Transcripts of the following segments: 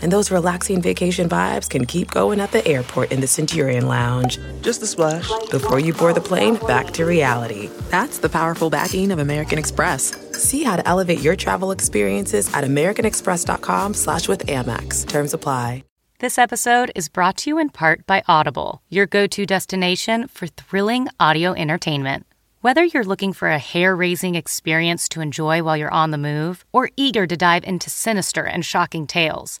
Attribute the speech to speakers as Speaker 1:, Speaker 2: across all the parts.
Speaker 1: And those relaxing vacation vibes can keep going at the airport in the Centurion Lounge
Speaker 2: Just a splash.
Speaker 1: before you board the plane back to reality. That's the powerful backing of American Express. See how to elevate your travel experiences at americanexpress.com slash with Amex. Terms apply.
Speaker 3: This episode is brought to you in part by Audible, your go to destination for thrilling audio entertainment. Whether you're looking for a hair raising experience to enjoy while you're on the move or eager to dive into sinister and shocking tales,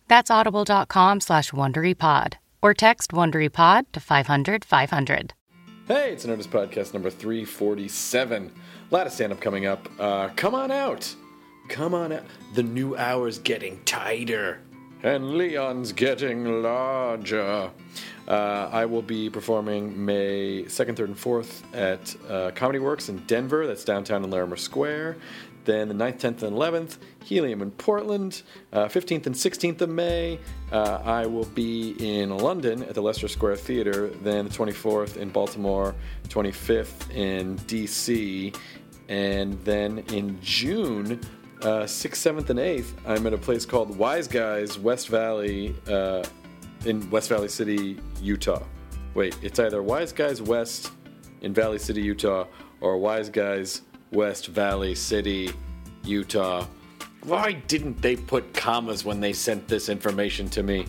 Speaker 3: That's audible.com slash WonderyPod or text WonderyPod to 500 500.
Speaker 4: Hey, it's Nerdist Podcast number 347. A lot of stand up coming up. Uh, come on out. Come on out. The new hour's getting tighter. And Leon's getting larger. Uh, I will be performing May 2nd, 3rd, and 4th at uh, Comedy Works in Denver. That's downtown in Larimer Square. Then the 9th, 10th, and 11th, Helium in Portland. Uh, 15th and 16th of May, uh, I will be in London at the Leicester Square Theater. Then the 24th in Baltimore, 25th in DC. And then in June, uh, 6th, 7th, and 8th, I'm at a place called Wise Guys West Valley uh, in West Valley City, Utah. Wait, it's either Wise Guys West in Valley City, Utah, or Wise Guys West Valley City, Utah. Why didn't they put commas when they sent this information to me?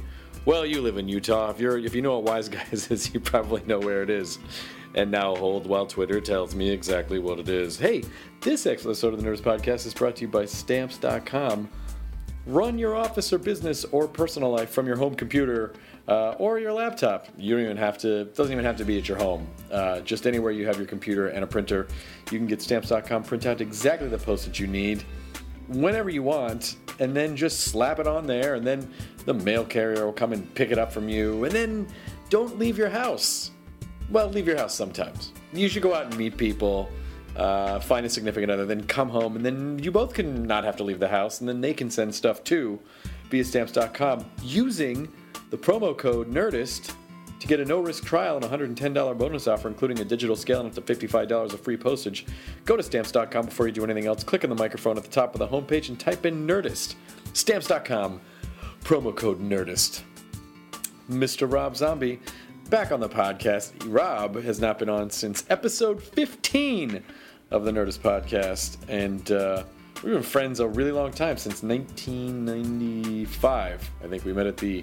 Speaker 4: Well, you live in Utah. If you're if you know what Wise Guys is, you probably know where it is. And now hold while Twitter tells me exactly what it is. Hey, this episode of the Nerds Podcast is brought to you by Stamps.com. Run your office or business or personal life from your home computer uh, or your laptop. You don't even have to. Doesn't even have to be at your home. Uh, just anywhere you have your computer and a printer, you can get stamps.com print out exactly the postage you need, whenever you want, and then just slap it on there, and then the mail carrier will come and pick it up from you, and then don't leave your house. Well, leave your house sometimes. You should go out and meet people, uh, find a significant other, then come home, and then you both can not have to leave the house, and then they can send stuff to stamps.com using the promo code NERDIST to get a no risk trial and $110 bonus offer, including a digital scale and up to $55 of free postage. Go to stamps.com before you do anything else. Click on the microphone at the top of the homepage and type in NERDIST. Stamps.com, promo code NERDIST. Mr. Rob Zombie back on the podcast. Rob has not been on since episode 15 of the Nerdist podcast, and uh, we've been friends a really long time since 1995. I think we met at the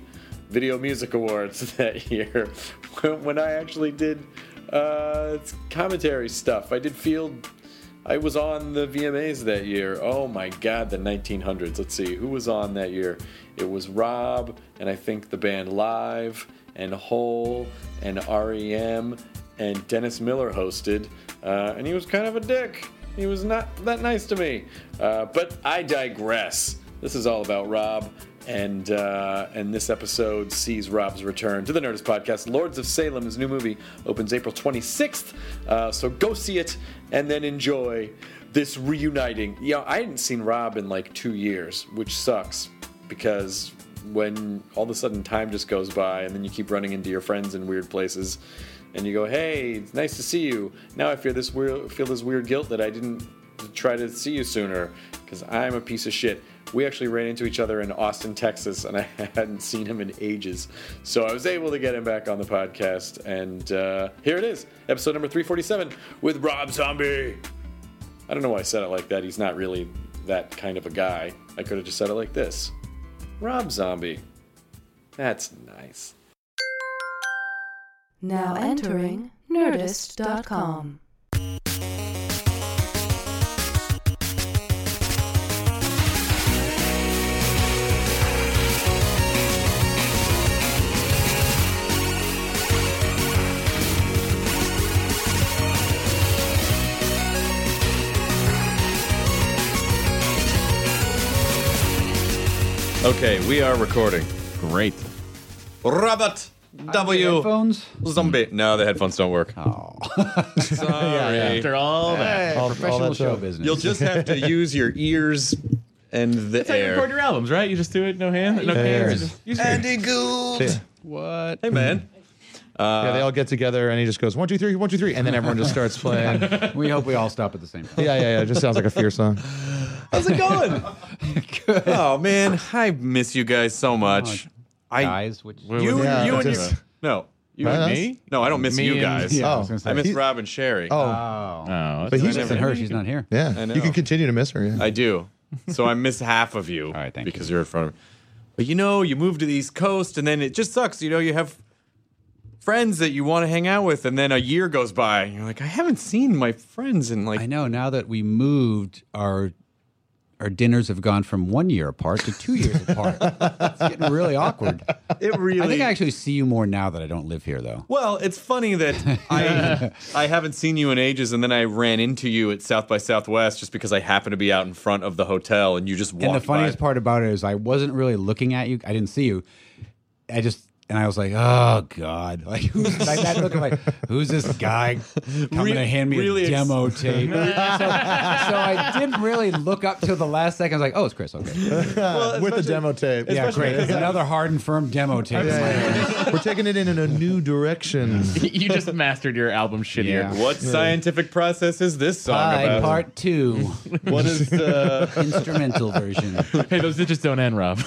Speaker 4: Video Music Awards that year when when I actually did uh, commentary stuff. I did field. I was on the VMAs that year. Oh my God, the 1900s. Let's see who was on that year. It was Rob and I think the band Live and Hole and REM and Dennis Miller hosted, uh, and he was kind of a dick. He was not that nice to me. Uh, but I digress. This is all about Rob, and uh, and this episode sees Rob's return to the Nerdist podcast. Lords of Salem, his new movie, opens April 26th. Uh, so go see it, and then enjoy this reuniting. You know, I hadn't seen Rob in like two years, which sucks because when all of a sudden time just goes by and then you keep running into your friends in weird places and you go hey it's nice to see you now i fear this weird, feel this weird guilt that i didn't try to see you sooner because i'm a piece of shit we actually ran into each other in austin texas and i hadn't seen him in ages so i was able to get him back on the podcast and uh, here it is episode number 347 with rob zombie i don't know why i said it like that he's not really that kind of a guy i could have just said it like this Rob Zombie. That's nice.
Speaker 5: Now entering Nerdist.com.
Speaker 4: Okay, we are recording.
Speaker 6: Great.
Speaker 4: Robert W.
Speaker 6: Headphones?
Speaker 4: Zombie. No, the headphones don't work. Oh. Sorry.
Speaker 7: After all that,
Speaker 6: All, professional show business.
Speaker 4: You'll just have to use your ears and the
Speaker 7: That's how you record
Speaker 4: air.
Speaker 7: your albums, right? You just do it, no hand, no
Speaker 8: Fairs.
Speaker 7: hands. Just use your-
Speaker 4: Andy Gould.
Speaker 6: what?
Speaker 4: Hey, man.
Speaker 8: yeah, they all get together and he just goes one two three one two three, and then everyone just starts playing. yeah,
Speaker 6: We hope we all stop at the same time.
Speaker 8: yeah, yeah. It just sounds like a fear song.
Speaker 4: How's it going? Oh, man. I miss you guys so much.
Speaker 7: Oh,
Speaker 4: I,
Speaker 6: Guys, which
Speaker 4: you,
Speaker 8: Yeah,
Speaker 4: you and
Speaker 8: just-
Speaker 4: your. No. You
Speaker 8: Right,
Speaker 4: and
Speaker 8: us?
Speaker 4: me? No, I don't miss
Speaker 7: Me
Speaker 4: you
Speaker 7: and-
Speaker 4: guys.
Speaker 6: Yeah, I was
Speaker 8: Oh.
Speaker 6: gonna say.
Speaker 4: I miss
Speaker 6: He-
Speaker 4: Rob and Sherry.
Speaker 8: Oh,
Speaker 7: Oh,
Speaker 8: But
Speaker 7: that's
Speaker 8: he's-
Speaker 7: what I
Speaker 6: missing
Speaker 7: never-
Speaker 6: her. She's not here.
Speaker 8: yeah.
Speaker 4: know.
Speaker 8: You can continue to miss her. Yeah.
Speaker 4: I do. So I miss half of you. All
Speaker 6: right, thank you.
Speaker 4: Because you. are in front of me. But you know, you move to the East Coast and then it just sucks. You know, you have friends that you want to hang out with, and then a year goes by and you're like, I haven't seen my friends in like
Speaker 6: I know. Now that we moved, our our dinners have gone from one year apart to two years apart. It's getting really awkward.
Speaker 4: it really
Speaker 6: I think I actually see you more now that I don't live here, though.
Speaker 4: Well, it's funny that I I haven't seen you in ages, and then I ran into you at South by Southwest just because I happened to be out in front of the hotel, and you just walked.
Speaker 6: And the funniest
Speaker 4: by.
Speaker 6: part about it is I wasn't really looking at you. I didn't see you. I just and I was like, oh god, like who's like that look? I'm like, who's this guy coming
Speaker 4: Re-
Speaker 6: to hand me
Speaker 4: really
Speaker 6: a
Speaker 4: ex-
Speaker 6: demo tape? so, so I didn't really look up till the last second. I was like, oh, it's Chris. Okay,
Speaker 8: With the demo tape.
Speaker 6: yeah, great. It's another hard and firm demo tape.
Speaker 8: We're taking it in, in a new direction.
Speaker 7: you just mastered your album shittier.
Speaker 6: Yeah.
Speaker 4: What scientific process is this song
Speaker 6: Hi,
Speaker 4: about?
Speaker 6: part two,
Speaker 4: What is the
Speaker 6: instrumental version.
Speaker 7: Hey, those digits don't end, Rob.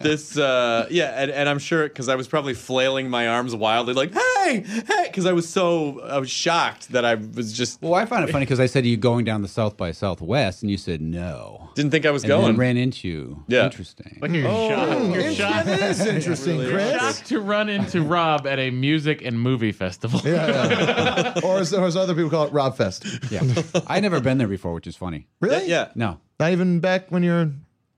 Speaker 4: this uh yeah and, and i'm sure because i was probably flailing my arms wildly like hey hey because i was so i was shocked that i was just
Speaker 6: Well, I found it funny because I said, Are you going down the South by Southwest? And you said, No.
Speaker 4: didn't think i was
Speaker 6: And
Speaker 4: going
Speaker 6: then ran into you.
Speaker 4: Yeah.
Speaker 6: Interesting.
Speaker 7: You're shocked. You're
Speaker 8: Oh, that
Speaker 7: shocked.
Speaker 8: is interesting, Chris.
Speaker 7: shocked to run into Rob at a music and movie festival.
Speaker 8: Yeah, yeah. or, as, or as other people call it, Rob Fest.
Speaker 6: yeah. I'd never been there before, which is funny.
Speaker 8: Really?
Speaker 4: yeah
Speaker 6: No,
Speaker 8: Not even back when you're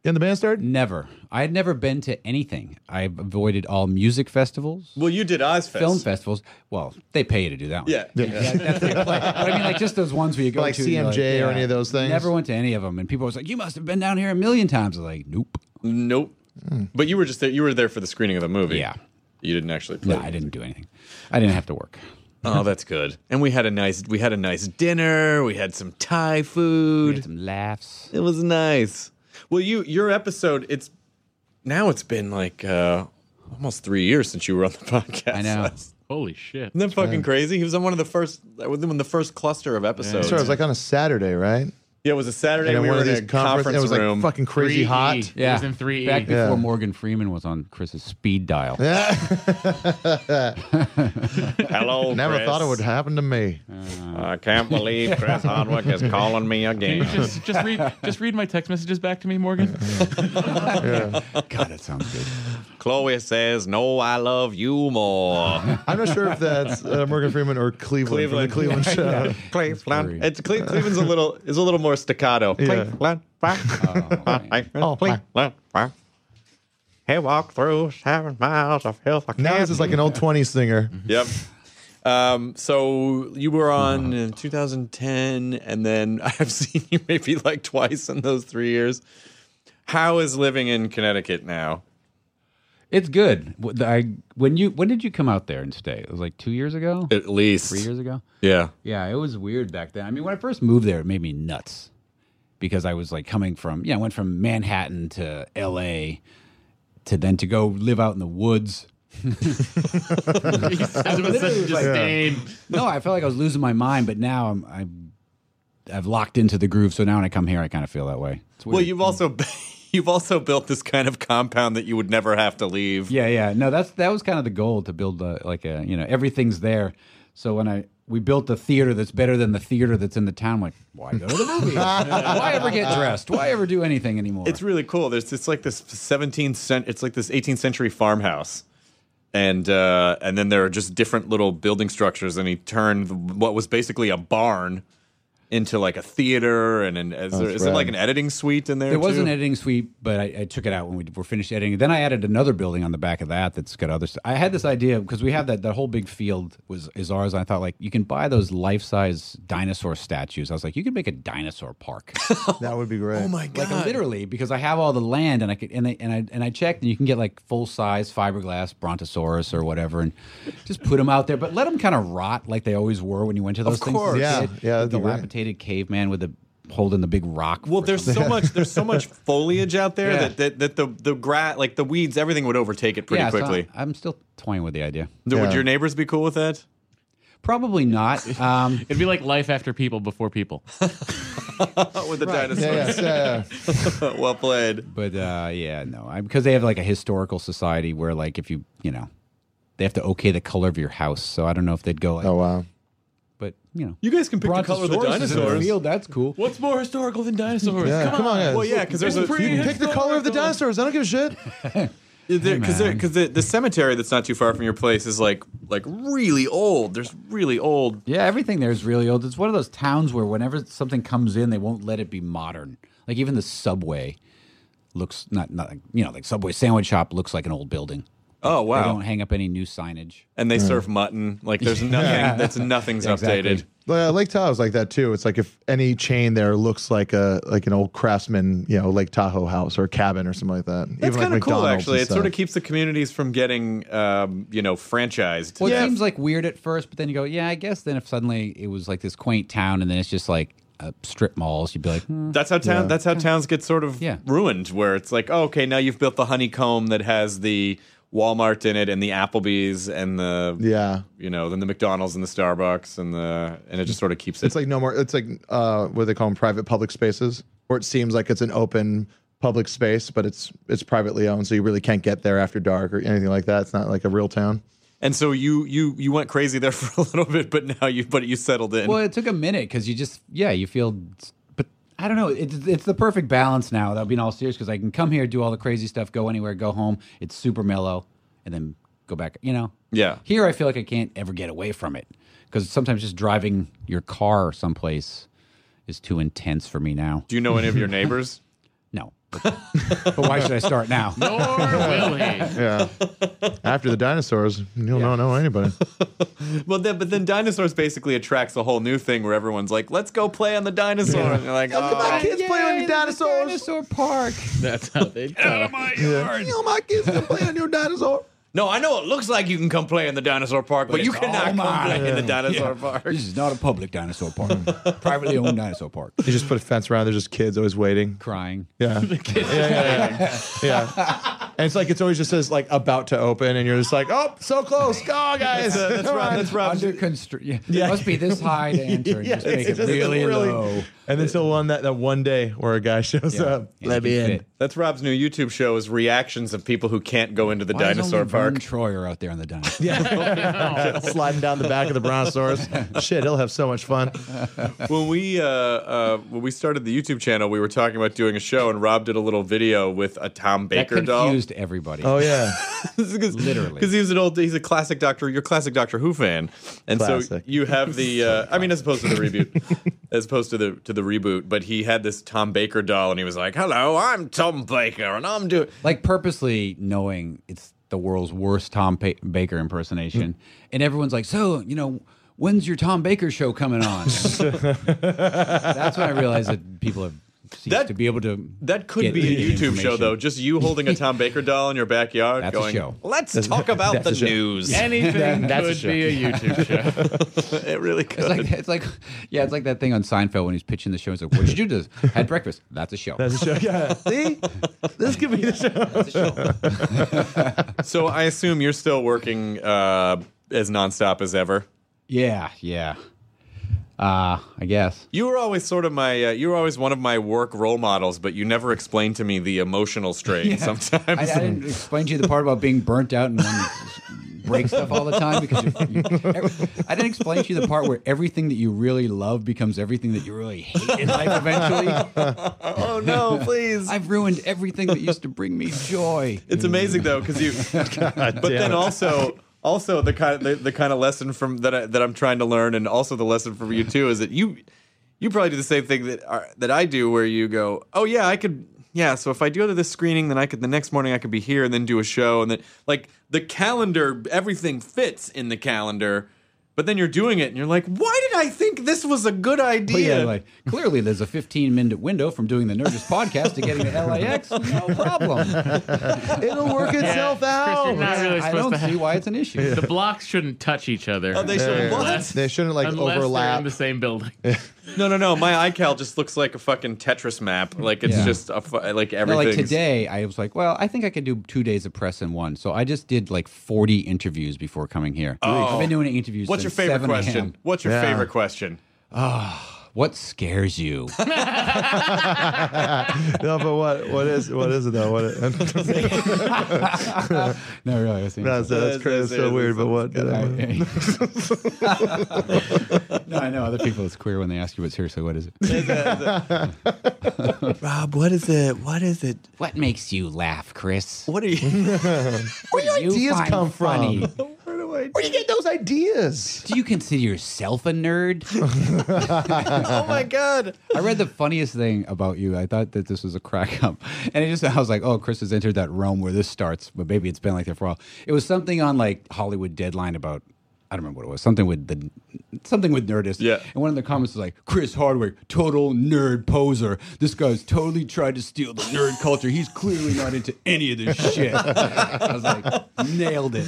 Speaker 8: in the band started.
Speaker 6: never. I had never been to anything. I avoided all music festivals,
Speaker 4: well you did ozfest
Speaker 6: film festivals. Well, they pay you to do that one.
Speaker 4: yeah, yeah.
Speaker 6: That's what they play. But I mean, like just those ones where you go
Speaker 8: Like
Speaker 6: to and you're
Speaker 8: CMJ or any of those things?
Speaker 6: Never went to any of them, and people was like, "You must have been down here a million times." I was like, "Nope."
Speaker 4: nope
Speaker 8: Hmm.
Speaker 4: but you were just there you were there for the screening of the movie
Speaker 6: Yeah.
Speaker 4: you didn't actually play
Speaker 6: No, I didn't do anything. I didn't have to work.
Speaker 4: oh that's good and we had a nice we had a nice dinner we had some thai
Speaker 6: We
Speaker 4: food
Speaker 6: had some laughs.
Speaker 4: It was nice. Well, you your episode. It's now. It's been like uh, almost three years since you were on the podcast.
Speaker 6: I know.
Speaker 4: last.
Speaker 7: Holy shit.
Speaker 4: Isn't that fucking crazy? He was on one of the first, within the first cluster of episodes.
Speaker 8: So it was like on a Saturday, right?
Speaker 4: yeah, it was a Saturday.
Speaker 8: in
Speaker 4: we were
Speaker 8: one of
Speaker 4: in
Speaker 8: these
Speaker 4: a conference,
Speaker 8: conference- it was like
Speaker 4: room.
Speaker 8: fucking crazy
Speaker 7: 3E.
Speaker 8: hot.
Speaker 7: It was in E. 3E.
Speaker 6: Back before
Speaker 8: Yeah.
Speaker 6: Morgan Freeman was on Chris's speed dial.
Speaker 4: Hello,
Speaker 8: Never
Speaker 4: Chris.
Speaker 8: thought it would happen to me.
Speaker 4: I can't believe Chris Hardwick is calling me again.
Speaker 7: Just, just read, just read my text messages back to me, Morgan.
Speaker 8: Mm-hmm.
Speaker 6: God, that sounds good.
Speaker 4: Chloe says, "No, I love you more."
Speaker 8: I'm not sure if that's uh, Morgan Freeman or Cleveland, from the
Speaker 4: Cleveland.
Speaker 8: Cleveland show.
Speaker 4: Cleveland.
Speaker 6: Sorry.
Speaker 4: It's Cle- Cleveland's a little is a little more staccato.
Speaker 8: Yeah.
Speaker 4: Cleveland.
Speaker 8: Oh,
Speaker 4: Cleveland. He walked through seven miles of hills. I
Speaker 8: Now
Speaker 4: can't-
Speaker 8: this is like an old 20s singer.
Speaker 4: yep. Um, so you were on in 2010, and then I've seen you maybe like twice in those three years. How is living in Connecticut now?
Speaker 6: It's good. Wh- the- I when you when did you come out there and stay? It was like two years ago,
Speaker 4: At least
Speaker 6: three years ago.
Speaker 4: Yeah.
Speaker 6: Yeah, it was weird back then. I mean, when I first moved there, it made me nuts because I was like coming from yeah, I went from Manhattan to L.A. to then to go live out in the woods.
Speaker 7: He says it with such disdain.
Speaker 6: No, I felt like I was losing my mind, but now I'm, I'm I've locked into the groove. So now when I come here, I kind of feel that way. It's weird.
Speaker 4: Well, you've also you've also built this kind of compound that you would never have to leave.
Speaker 6: Yeah, yeah. No, that's that was kind of the goal to build a, like a you know everything's there. So when I we built a theater that's better than the theater that's in the town, like why go to the movies? why ever get dressed? Why ever do anything anymore?
Speaker 4: It's really cool. There's it's like this 17th cent. It's like this 18th century farmhouse, and uh, and then there are just different little building structures. And he turned what was basically a barn into like a theater and an, is, there,
Speaker 8: that's
Speaker 4: is there like
Speaker 8: rad.
Speaker 4: an editing suite in there?
Speaker 6: There was
Speaker 4: too?
Speaker 6: an editing suite, but I, I took it out when we were finished editing. Then I added another building on the back of that that's got other stuff. I had this idea because we have that that whole big field was is ours. And I thought like you can buy those life size dinosaur statues. I was like, you could make a dinosaur park,
Speaker 8: That would be great.
Speaker 4: Oh my god!
Speaker 6: like literally, because I have all the land and I could and I and I, and I checked and you can get like full size fiberglass brontosaurus or whatever and just put them out there, but let them kind of rot like they always were when you went to those things. as a
Speaker 4: course.
Speaker 8: Yeah,
Speaker 6: kid.
Speaker 8: yeah, that'd
Speaker 6: the
Speaker 8: be great.
Speaker 6: dilapidated caveman with the holding the big rock.
Speaker 4: Well,
Speaker 6: for
Speaker 4: there's so much there's so much foliage out there
Speaker 6: Yeah.
Speaker 4: that, that that the the gra- like the weeds everything would overtake it pretty
Speaker 6: Yeah, so
Speaker 4: quickly.
Speaker 6: I'm still toying with the idea.
Speaker 4: Do- Would
Speaker 8: Yeah.
Speaker 4: your neighbors be cool with that?
Speaker 6: Probably not. Um,
Speaker 7: It'd be like life after people before people.
Speaker 4: Oh, with the
Speaker 8: Yeah,
Speaker 4: dinosaurs.
Speaker 8: yeah, yeah, yeah.
Speaker 4: well played.
Speaker 6: but uh, yeah, no, I, because they have like a historical society where like if you you know they have to okay the color of your house. So I don't know if they'd go like,
Speaker 8: Oh wow.
Speaker 6: but you know,
Speaker 4: You guys can pick the color of the
Speaker 6: Brontosaurus is in the
Speaker 4: dinosaurs.
Speaker 6: field, that's cool.
Speaker 7: What's more historical than dinosaurs?
Speaker 8: Yeah, come on, guys.
Speaker 4: Well, yeah, because there's a
Speaker 8: You pick the color of the
Speaker 7: dinosaurs.
Speaker 8: dinosaurs. I don't give a shit.
Speaker 4: because because the, the cemetery that's not too far from your place is like like really old. There's really old.
Speaker 6: Yeah, everything there is really old. It's one of those towns where whenever something comes in, they won't let it be modern. Like even the subway looks not not you know like subway sandwich shop looks like an old building.
Speaker 4: Oh
Speaker 6: They
Speaker 4: wow!
Speaker 6: don't hang up any new signage.
Speaker 4: and they serve mutton. Like there's nothing. That's nothing's
Speaker 6: Exactly.
Speaker 4: updated.
Speaker 8: Yeah, uh, Lake Tahoe's like that too. It's like if any chain there looks like a like an old craftsman, you know, Lake Tahoe house or cabin or something like that.
Speaker 4: That's
Speaker 8: like
Speaker 4: kind of cool,
Speaker 8: McDonald's
Speaker 4: actually.
Speaker 8: and
Speaker 4: It sort of
Speaker 8: stuff.
Speaker 4: keeps the communities from getting, um, you know, franchised.
Speaker 6: Well, it seems like weird at first, but then you go, yeah, I guess. Then if suddenly it was like this quaint town, and then it's just like uh, strip malls, you'd be like, hmm.
Speaker 4: That's how town. That's how towns get sort of
Speaker 6: Yeah.
Speaker 4: ruined. Where it's like, oh, okay, now you've built the honeycomb that has the Walmart in it, and the Applebee's, and the
Speaker 8: yeah.
Speaker 4: you know, then the McDonald's and the Starbucks, and the and it just sort of keeps it.
Speaker 8: It's like no more. It's like uh, what do they call them? Private public spaces, where it seems like it's an open public space, but it's it's privately owned, so you really can't get there after dark or anything like that. It's not like a real town.
Speaker 4: and so you you you went crazy there for a little bit, but now you but you settled in.
Speaker 6: well, it took a minute because you just, yeah, you feel, but I don't know. It's, it's the perfect balance now. That being all serious, because I can come here, do all the crazy stuff, go anywhere, go home. It's super mellow, and then go back. You know,
Speaker 4: Yeah.
Speaker 6: Here, I feel like I can't ever get away from it because sometimes just driving your car someplace is too intense for me now.
Speaker 4: Do you know any of your neighbors?
Speaker 6: No, but, but why should I start now?
Speaker 7: Or will he?
Speaker 8: Yeah. after the dinosaurs, you don't know anybody.
Speaker 4: well, then but then dinosaurs basically attracts a whole new thing where everyone's like, let's go play on the dinosaur, and you're like, oh,
Speaker 8: My kids play on your dinosaurs.
Speaker 6: Dinosaur park.
Speaker 7: That's how they go.
Speaker 8: You know, my kids can play on your dinosaur.
Speaker 4: No, I know it looks like you can come play in the dinosaur park, but, you
Speaker 6: it's
Speaker 4: cannot
Speaker 6: all
Speaker 4: come
Speaker 6: mine.
Speaker 4: play in the dinosaur park.
Speaker 6: This is not a public dinosaur park. Privately owned dinosaur park.
Speaker 8: You just put a fence around. There's just kids always waiting.
Speaker 6: Crying.
Speaker 8: Yeah. yeah, yeah, yeah. Yeah. And it's like it's always just says like about to open, and you're just like, oh, so close, go guys.
Speaker 4: That's, uh, that's
Speaker 8: All
Speaker 4: Rob-
Speaker 8: right.
Speaker 4: that's Rob's-
Speaker 6: Under construction. Yeah. It must be this high to enter. and
Speaker 8: Yeah,
Speaker 6: just make
Speaker 8: it's
Speaker 6: it
Speaker 8: just
Speaker 6: really, low.
Speaker 8: And until one that, that one day where a guy shows up,
Speaker 6: Fit.
Speaker 4: That's Rob's new YouTube show is reactions of people who can't go into the
Speaker 6: Why is
Speaker 4: dinosaur
Speaker 6: only Vern
Speaker 4: park.
Speaker 6: Troyer out there on the dinosaur.
Speaker 8: sliding down the back of the brontosaurus. Shit, he'll have so much fun.
Speaker 4: when we uh, uh, when we started the YouTube channel, we were talking about doing a show, and Rob did a little video with a Tom
Speaker 6: That
Speaker 4: Baker doll.
Speaker 6: confused everybody.
Speaker 8: Oh yeah,
Speaker 6: Literally.
Speaker 4: because he was an old, he's a classic Doctor, your classic Doctor Who fan, and so
Speaker 8: Classic.
Speaker 4: you have the, uh, I mean, as opposed to the reboot, as opposed to the to the reboot, but he had this Tom Baker doll, and he was like, "Hello, I'm Tom Baker, and I'm doing."
Speaker 6: Like purposely knowing it's the world's worst Tom pa- Baker impersonation. and everyone's like, so, you know, when's your Tom Baker show coming on? That's when I realized that people have ceased
Speaker 4: That-
Speaker 6: to be able to.
Speaker 4: That could
Speaker 6: get
Speaker 4: be a
Speaker 6: the
Speaker 4: YouTube show,
Speaker 6: information.
Speaker 4: though. Just you holding a Tom Baker doll in your backyard,
Speaker 6: That's a
Speaker 4: going,
Speaker 6: show.
Speaker 4: "Let's talk about the news."
Speaker 7: Anything could be a YouTube show.
Speaker 4: it really could.
Speaker 6: It's like it's like yeah, it's like that thing on Seinfeld when he's pitching the show. He's like, "What did you do? to- Had breakfast? That's a show.
Speaker 8: that's a show. Yeah, see, this could be the show.
Speaker 6: That's a show."
Speaker 4: so I assume you're still working uh, as nonstop as ever.
Speaker 6: yeah, yeah. Uh, I guess.
Speaker 4: You were always sort of my, uh, you were always one of my work role models, but you never explained to me the emotional strain sometimes.
Speaker 6: I, I didn't explain to you the part about being burnt out and wanting to break stuff all the time because you, you, every- I didn't explain to you the part where everything that you really love becomes everything that you really hate in life eventually.
Speaker 4: oh no, please.
Speaker 6: I've ruined everything that used to bring me joy. Mm.
Speaker 4: It's amazing though, because you. but then also, also the kind of the, the kind of lesson from that I, that I'm trying to learn, and also the lesson from you too is that you you probably do the same thing that are, that I do, where you go, "Oh yeah, I could." Yeah, so if I go to this screening, then I could the next morning I could be here and then do a show and then like the calendar, everything fits in the calendar. But then you're doing it and you're like, why did I think this was a good
Speaker 6: But
Speaker 4: idea?
Speaker 6: yeah, like clearly there's a 15 minute window from doing the Nerdist podcast to getting to LAX. No problem. It'll work itself
Speaker 7: Chris,
Speaker 6: out.
Speaker 7: you're not really
Speaker 6: I
Speaker 7: supposed
Speaker 6: don't
Speaker 7: to have-
Speaker 6: see why it's an issue.
Speaker 7: The blocks shouldn't touch each other.
Speaker 4: oh, they should. What?
Speaker 8: They shouldn't like
Speaker 7: unless they're in
Speaker 8: overlap.
Speaker 7: the same building.
Speaker 4: No, no, no. My iCal just looks like a fucking Tetris map. Like it's
Speaker 6: Yeah.
Speaker 4: just a fu- like
Speaker 6: No,
Speaker 4: everything.
Speaker 6: like today, I was like, well, I think I could do two days of press in one. So I just did like 40 interviews before coming here. I've been doing interviews.
Speaker 4: Oh. What's your
Speaker 6: since
Speaker 4: favorite
Speaker 6: 7 a.m..
Speaker 4: question? What's your
Speaker 8: Yeah.
Speaker 4: favorite question?
Speaker 6: What scares you?
Speaker 8: no, but what what is what is it though? What it,
Speaker 6: no, really. I was thinking
Speaker 8: that's, that's crazy. It's so weird. But what?
Speaker 6: no, I know other people. It's queer when they ask you, but seriously, what is it?
Speaker 4: Rob, what is it? What is it?
Speaker 6: What makes you laugh, Chris?
Speaker 4: What are you?
Speaker 6: Where do
Speaker 8: ideas come from?
Speaker 6: from?
Speaker 4: where do I?
Speaker 8: Where do you get those ideas?
Speaker 6: Do you consider yourself a nerd?
Speaker 4: Oh my god!
Speaker 6: I read the funniest thing about you. I thought that this was a crack up. And it just, I was like, oh, Chris has entered that realm where this starts, but maybe it's been like that for a while. It was something on like Hollywood Deadline about, I don't remember what it was, something with the, something with Nerdist.
Speaker 4: Yeah.
Speaker 6: And one of the comments was like, Chris Hardwick, total nerd poser. This guy's totally tried to steal the nerd culture. He's clearly not into any of this shit. I was like, nailed it.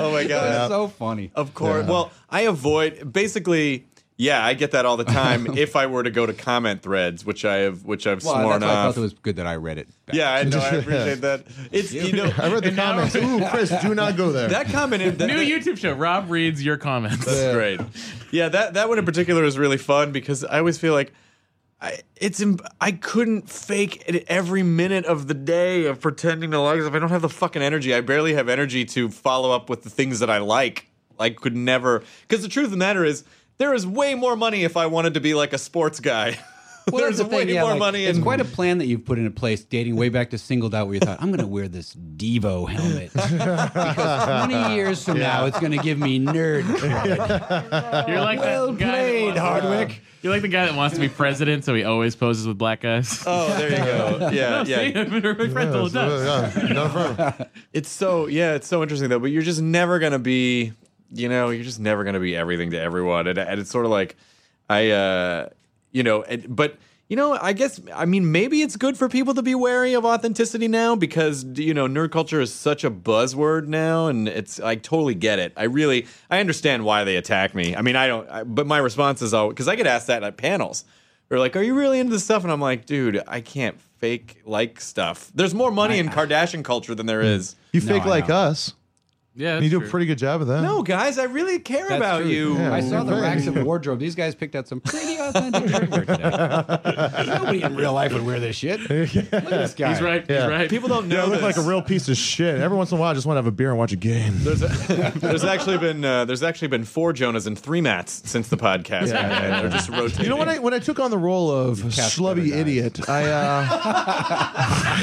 Speaker 4: Oh my god!
Speaker 6: That's so funny.
Speaker 4: Of course. Well, I avoid basically. Yeah, I get that all the time. if I were to go to comment threads, which I have, which I've
Speaker 6: Well,
Speaker 4: sworn
Speaker 6: that's why I
Speaker 4: off.
Speaker 6: thought it was good that I read it. back.
Speaker 4: yeah, I know. I appreciate that. It's you know
Speaker 8: I read the comments. Ooh, Chris, do not go there.
Speaker 4: that comment. In, that,
Speaker 7: New YouTube show. Rob reads your comments.
Speaker 4: That's great. Yeah, that that one in particular is really fun because I always feel like I it's im- I couldn't fake it every minute of the day of pretending to like stuff. I don't have the fucking energy. I barely have energy to follow up with the things that I like. I could never because the truth of the matter is there is way more money if I wanted to be like a sports guy.
Speaker 6: Well,
Speaker 4: There's
Speaker 6: that's the
Speaker 4: way
Speaker 6: thing, yeah,
Speaker 4: more
Speaker 6: like,
Speaker 4: money.
Speaker 6: It's
Speaker 4: in-
Speaker 6: quite a plan that you've put into place, dating way back to singled out, where you thought, "I'm going to wear this Devo helmet because 20 years from now, it's going to give me nerd." cred."
Speaker 7: You're like
Speaker 6: Well
Speaker 7: that guy that
Speaker 6: played,
Speaker 7: wants-
Speaker 4: uh,
Speaker 6: Hardwick.
Speaker 7: You're like the guy that wants to be president, so he always poses with black guys.
Speaker 4: Oh, there you go. Yeah,
Speaker 7: No,
Speaker 4: yeah.
Speaker 7: see, my friends all the time.
Speaker 8: Yeah, no problem.
Speaker 4: It's so yeah, it's so interesting though. But you're just never gonna be, you know, you're just never gonna be everything to everyone, and, and it's sort of like, I, uh, you know, and, but you know, I guess I mean maybe it's good for people to be wary of authenticity now because you know nerd culture is such a buzzword now, and it's I totally get it. I really I understand why they attack me. I mean I don't, I, but my response is always because I get asked that at panels. They're like, "Are you really into this stuff?" And I'm like, "Dude, I can't fake like stuff. There's more money in Kardashian culture than
Speaker 8: Hmm.
Speaker 4: there is."
Speaker 8: You
Speaker 6: No,
Speaker 8: fake
Speaker 6: I
Speaker 8: like
Speaker 6: know.
Speaker 8: us.
Speaker 7: Yeah,
Speaker 8: You
Speaker 7: that's
Speaker 8: do a
Speaker 7: true.
Speaker 8: pretty good job of that.
Speaker 4: No, guys, I really care
Speaker 6: That's
Speaker 4: about
Speaker 6: true.
Speaker 4: you.
Speaker 6: I saw the
Speaker 8: Yeah.
Speaker 6: racks of wardrobe. These guys picked out some pretty authentic nerdwear today. Nobody in real life would wear this shit. Look at this guy.
Speaker 7: He's right.
Speaker 8: Yeah.
Speaker 7: He's right.
Speaker 4: People don't
Speaker 8: Yeah, I
Speaker 4: know
Speaker 8: look like
Speaker 4: this.
Speaker 8: a real piece of shit. Every once in a while, I just want to have a beer and watch a game.
Speaker 4: There's, there's actually been uh, there's actually been four Jonas and three Matts since the podcast. and They're just rotating.
Speaker 8: You know when I when I took on the role of
Speaker 6: cast
Speaker 8: schlubby
Speaker 6: better guys.
Speaker 8: idiot, I uh,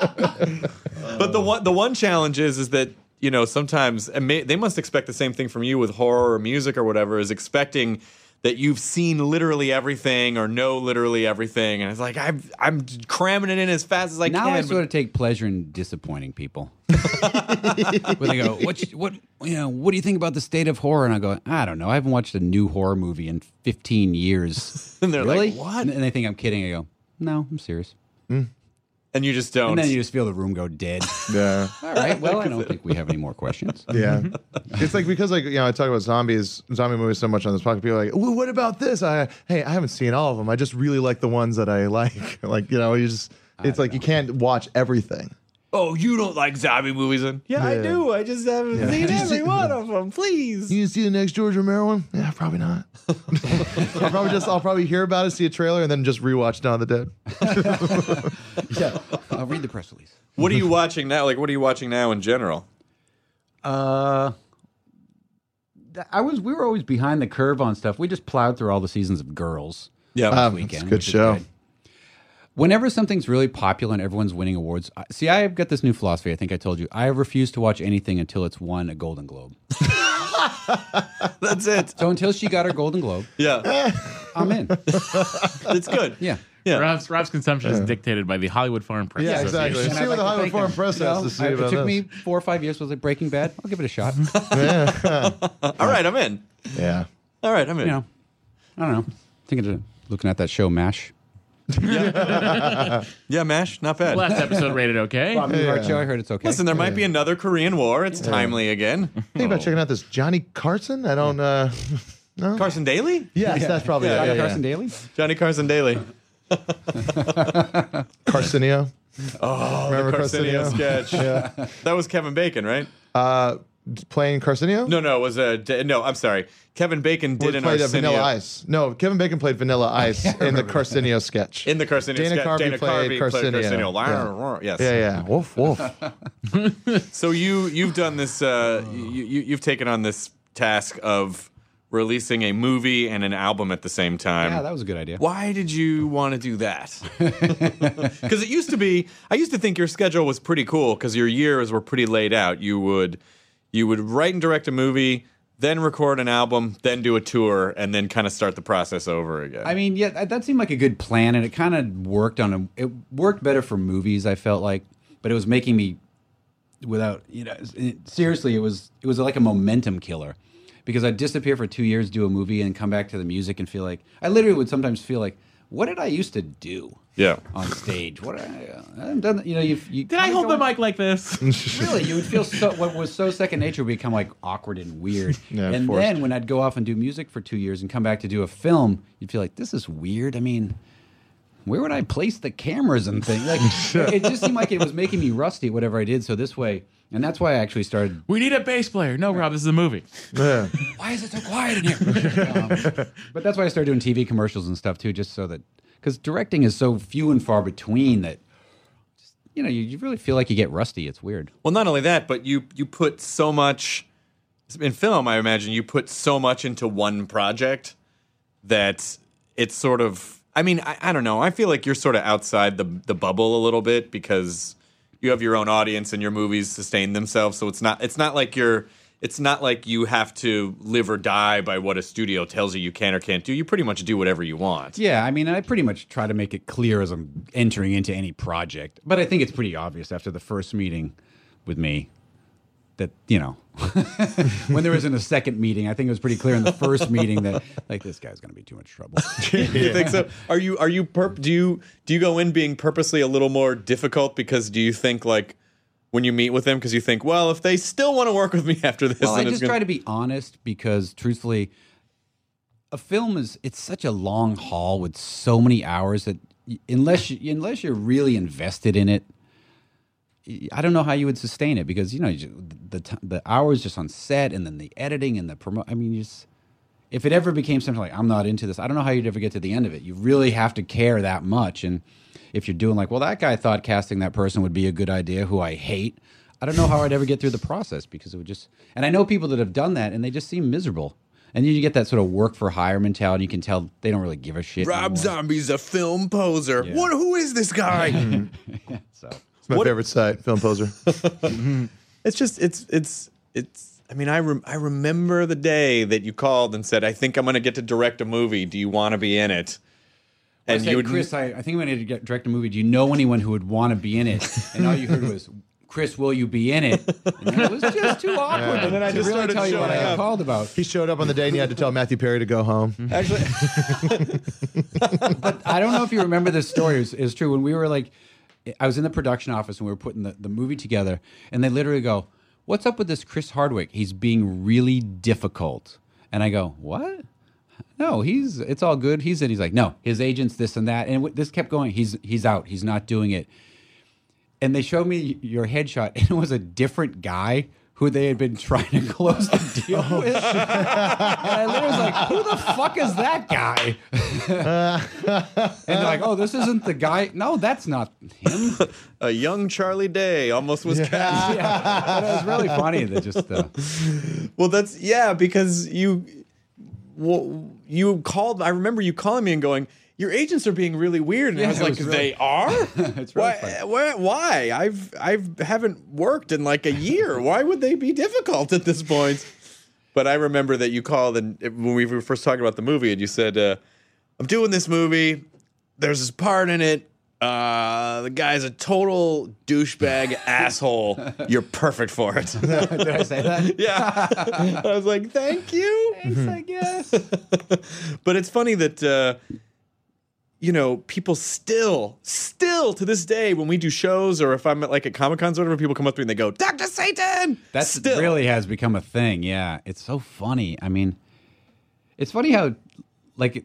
Speaker 4: But the one the one challenge is is that you know sometimes and may, they must expect the same thing from you with horror or music or whatever is expecting that you've seen literally everything or know literally everything and it's like I'm I'm cramming it in as fast as I
Speaker 6: now
Speaker 4: can.
Speaker 6: I
Speaker 4: but-
Speaker 6: sort of take pleasure in disappointing people. Where they go, what, you- what, you know, what do you think about the state of horror? And I go, I don't know. I haven't watched a new horror movie in 15 years.
Speaker 4: And they're like,
Speaker 6: really?
Speaker 4: "What?"
Speaker 6: And they think I'm kidding. I go, no, I'm serious.
Speaker 4: and you just don't.
Speaker 6: And then you just feel the room go dead.
Speaker 8: yeah,
Speaker 6: All right. Well, I don't think we have any more questions.
Speaker 8: yeah. It's like because like you know I talk about zombies, zombie movies so much on this podcast. People are like, well, what about this? I hey, I haven't seen all of them. I just really like the ones that I like. like you know, you just it's like you can't watch everything.
Speaker 4: oh, you don't like zombie movies? And yeah, I
Speaker 8: Yeah.
Speaker 4: do. I just haven't
Speaker 8: Yeah.
Speaker 4: seen every one of them. Please.
Speaker 8: You see the next George Romero one? Yeah, probably not. I'll probably just I'll probably hear about it, see a trailer, and then just rewatch Dawn of the Dead.
Speaker 6: yeah. I'll Uh, read the press release.
Speaker 4: What are you watching now? Like, what are you watching now in general?
Speaker 6: Uh, th- I was. We were always behind the curve on stuff. We just plowed through all the seasons of Girls.
Speaker 4: Yeah.
Speaker 6: last
Speaker 8: Um, it's a
Speaker 6: weekend.
Speaker 8: good
Speaker 6: which is
Speaker 8: show.
Speaker 6: Whenever something's really popular and everyone's winning awards, I, see, I've got this new philosophy. I think I told you. I refuse to watch anything until it's won a Golden Globe.
Speaker 4: That's it.
Speaker 6: So until she got her Golden Globe,
Speaker 4: Yeah,
Speaker 6: I'm in.
Speaker 4: it's good.
Speaker 6: Yeah.
Speaker 4: yeah.
Speaker 7: Rob's, Rob's consumption is dictated by the Hollywood Foreign Press.
Speaker 8: Yeah,
Speaker 7: Association.
Speaker 8: exactly.
Speaker 6: And
Speaker 8: See
Speaker 6: I'd
Speaker 8: what
Speaker 6: like
Speaker 8: the
Speaker 6: to
Speaker 8: Hollywood
Speaker 6: thank
Speaker 8: Foreign
Speaker 6: them.
Speaker 8: Press
Speaker 6: You know,
Speaker 8: has to say
Speaker 6: I-
Speaker 8: about
Speaker 6: It took me
Speaker 8: this.
Speaker 6: four or five years. Was like Breaking Bad. I'll give it a shot. you
Speaker 4: All right, I'm in.
Speaker 8: Yeah.
Speaker 4: All right, I'm in.
Speaker 6: know, I don't know. Thinking of looking at that show Mash.
Speaker 4: Yeah, Mash, not bad.
Speaker 7: Last episode rated okay.
Speaker 6: Bobby Hart show. I heard it's okay.
Speaker 4: Listen, there might be another Korean War. It's timely again.
Speaker 8: Think about checking out this Johnny Carson. I don't. uh
Speaker 4: Carson Daly?
Speaker 8: Yes, that's probably
Speaker 4: Yeah,
Speaker 8: it.
Speaker 6: Johnny
Speaker 8: yeah, yeah.
Speaker 6: Carson Daly.
Speaker 4: Johnny Carson Daly.
Speaker 8: Carcinio.
Speaker 4: Oh,
Speaker 8: Remember
Speaker 4: the Carcinio
Speaker 8: Carcinio?
Speaker 4: sketch. That was Kevin Bacon, right?
Speaker 8: Uh, playing Carcinio.
Speaker 4: No, no, it was a da- no. I'm sorry. Kevin Bacon
Speaker 8: Or
Speaker 4: did an
Speaker 8: played uh,
Speaker 4: Arsenio
Speaker 8: Vanilla Ice. No, Kevin Bacon played Vanilla Ice in the Carcinio sketch.
Speaker 4: in the Carcinio
Speaker 8: Dana
Speaker 4: sketch.
Speaker 8: Carvey
Speaker 4: Dana
Speaker 8: played
Speaker 4: Carvey played
Speaker 8: Carcinio.
Speaker 4: Carcinio. Lar-
Speaker 8: Yeah.
Speaker 4: rar- rar- Yes.
Speaker 8: yeah, yeah. Woof, woof.
Speaker 4: So you you've done this. Uh, you, you you've taken on this task of releasing a movie and an album at the same time.
Speaker 6: Yeah, that was a good idea.
Speaker 4: Why did you want to do that? Because it used to be, I used to think your schedule was pretty cool because your years were pretty laid out. You would, you would write and direct a movie, then record an album, then do a tour, and then kind of start the process over again.
Speaker 6: I mean, yeah, that- that seemed like a good plan, and it kind of worked on a, it worked better for movies. I felt like, but it was making me without you know it- seriously, it was it was like a momentum killer because I'd disappear for two years, do a movie, and come back to the music and feel like I literally would sometimes feel like, what did I used to do?
Speaker 4: Yeah.
Speaker 6: on stage, what did I, I haven't done. You know, you, you
Speaker 7: Did I hold the mic like this?
Speaker 6: really, you would feel so what was so second nature would become like awkward and weird.
Speaker 8: Yeah,
Speaker 6: and
Speaker 8: forced.
Speaker 6: then when I'd go off and do music for two years and come back to do a film, you'd feel like this is weird. I mean, where would I place the cameras and things? Like it just seemed like it was making me rusty, whatever I did. So this way, and that's why I actually started.
Speaker 7: We need a bass player. No, Rob, this is a movie.
Speaker 8: yeah.
Speaker 6: Why is it so quiet in here? um, but that's why I started doing TV commercials and stuff too, just so that because directing is so few and far between that. just, You know, you, you really feel like you get rusty. It's weird.
Speaker 4: well, not only that, but you you put so much in film. I imagine you put so much into one project that it's sort of. I mean, I, I don't know. I feel like you're sort of outside the the bubble a little bit because you have your own audience and your movies sustain themselves. So it's not it's not like you're it's not like you have to live or die by what a studio tells you you can or can't do. You pretty much do whatever you want.
Speaker 6: Yeah, I mean, I pretty much try to make it clear as I'm entering into any project, but I think it's pretty obvious after the first meeting with me that you know when there isn't a second meeting. I think it was pretty clear in the first meeting that like this guy's going to be too much trouble.
Speaker 4: you think so? Are you are you perp? Do you do you go in being purposely a little more difficult because do you think like when you meet with them because you think well if they still want to work with me after this
Speaker 6: well, I
Speaker 4: then it's
Speaker 6: just
Speaker 4: gonna-
Speaker 6: try to be honest because truthfully, a film is it's such a long haul with so many hours that y- unless you, unless you're really invested in it, y- I don't know how you would sustain it because you know you, ju- the t- the hours just on set and then the editing and the promo. I mean, you just if it ever became something like I'm not into this, I don't know how you'd ever get to the end of it. You really have to care that much, and if you're doing like, well, that guy thought casting that person would be a good idea, who I hate, I don't know how I'd ever get through the process because it would just. And I know people that have done that, and they just seem miserable. And then you get that sort of work for hire mentality. You can tell they don't really give a shit.
Speaker 4: Rob
Speaker 6: anymore.
Speaker 4: Zombie's a film poser. What? Who is this guy?
Speaker 6: So
Speaker 8: It's my
Speaker 4: What-
Speaker 8: favorite site, film poser.
Speaker 4: it's just it's it's it's. I mean, I rem- I remember the day that you called and said, "I think I'm going to get to direct a movie. Do you want to be in it?"
Speaker 6: I said, Chris, I, I think when I need to get- direct a movie, do you know anyone who would want to be in it? And all you heard was, Chris, will you be in it? And it was just too awkward.
Speaker 4: And then I
Speaker 6: to
Speaker 4: just
Speaker 6: really
Speaker 4: started
Speaker 6: tell you what
Speaker 4: showing
Speaker 6: I got
Speaker 4: up.
Speaker 6: called about.
Speaker 8: he showed up on the day and he had to tell Matthew Perry to go home.
Speaker 6: Mm-hmm.
Speaker 4: actually,
Speaker 6: I don't know if you remember this story. It's, it's true. When we were like, I was in the production office and we were putting the, the movie together, and they literally go, What's up with this Chris Hardwick? He's being really difficult. And I go, What? No, he's it's all good. He's in. He's like, no, his agents, this and that, and w- this kept going. He's he's out. He's not doing it. And they showed me your headshot, and it was a different guy who they had been trying to close the deal with. and I literally was like, who the fuck is that guy? And they're like, oh, this isn't the guy. No, that's not him.
Speaker 4: a young Charlie Day almost was cast.
Speaker 6: Yeah. But it was really funny that just uh,
Speaker 4: Well, that's yeah, because you, well, you called. I remember you calling me and going, "Your agents are being really weird," and
Speaker 6: Yeah,
Speaker 4: I was
Speaker 6: it
Speaker 4: like,
Speaker 6: was really-
Speaker 4: "They are?
Speaker 6: It's really
Speaker 4: why, why? Why? I've I've haven't worked in like a year. Why would they be difficult at this point?" But I remember that you called and when we were first talking about the movie, and you said, uh, "I'm doing this movie. There's this part in it. Uh, the guy's a total douchebag asshole. You're perfect for it."
Speaker 6: Did I say that? Mm-hmm.
Speaker 4: yeah, I was like, "Thank you."
Speaker 6: I guess.
Speaker 4: but it's funny that uh, you know people still, still to this day, when we do shows or if I'm at like at Comic Cons or whatever, people come up to me and they go, "Doctor Satan."
Speaker 6: That's
Speaker 4: still
Speaker 6: really has become a thing. Yeah, it's so funny. I mean, it's funny how like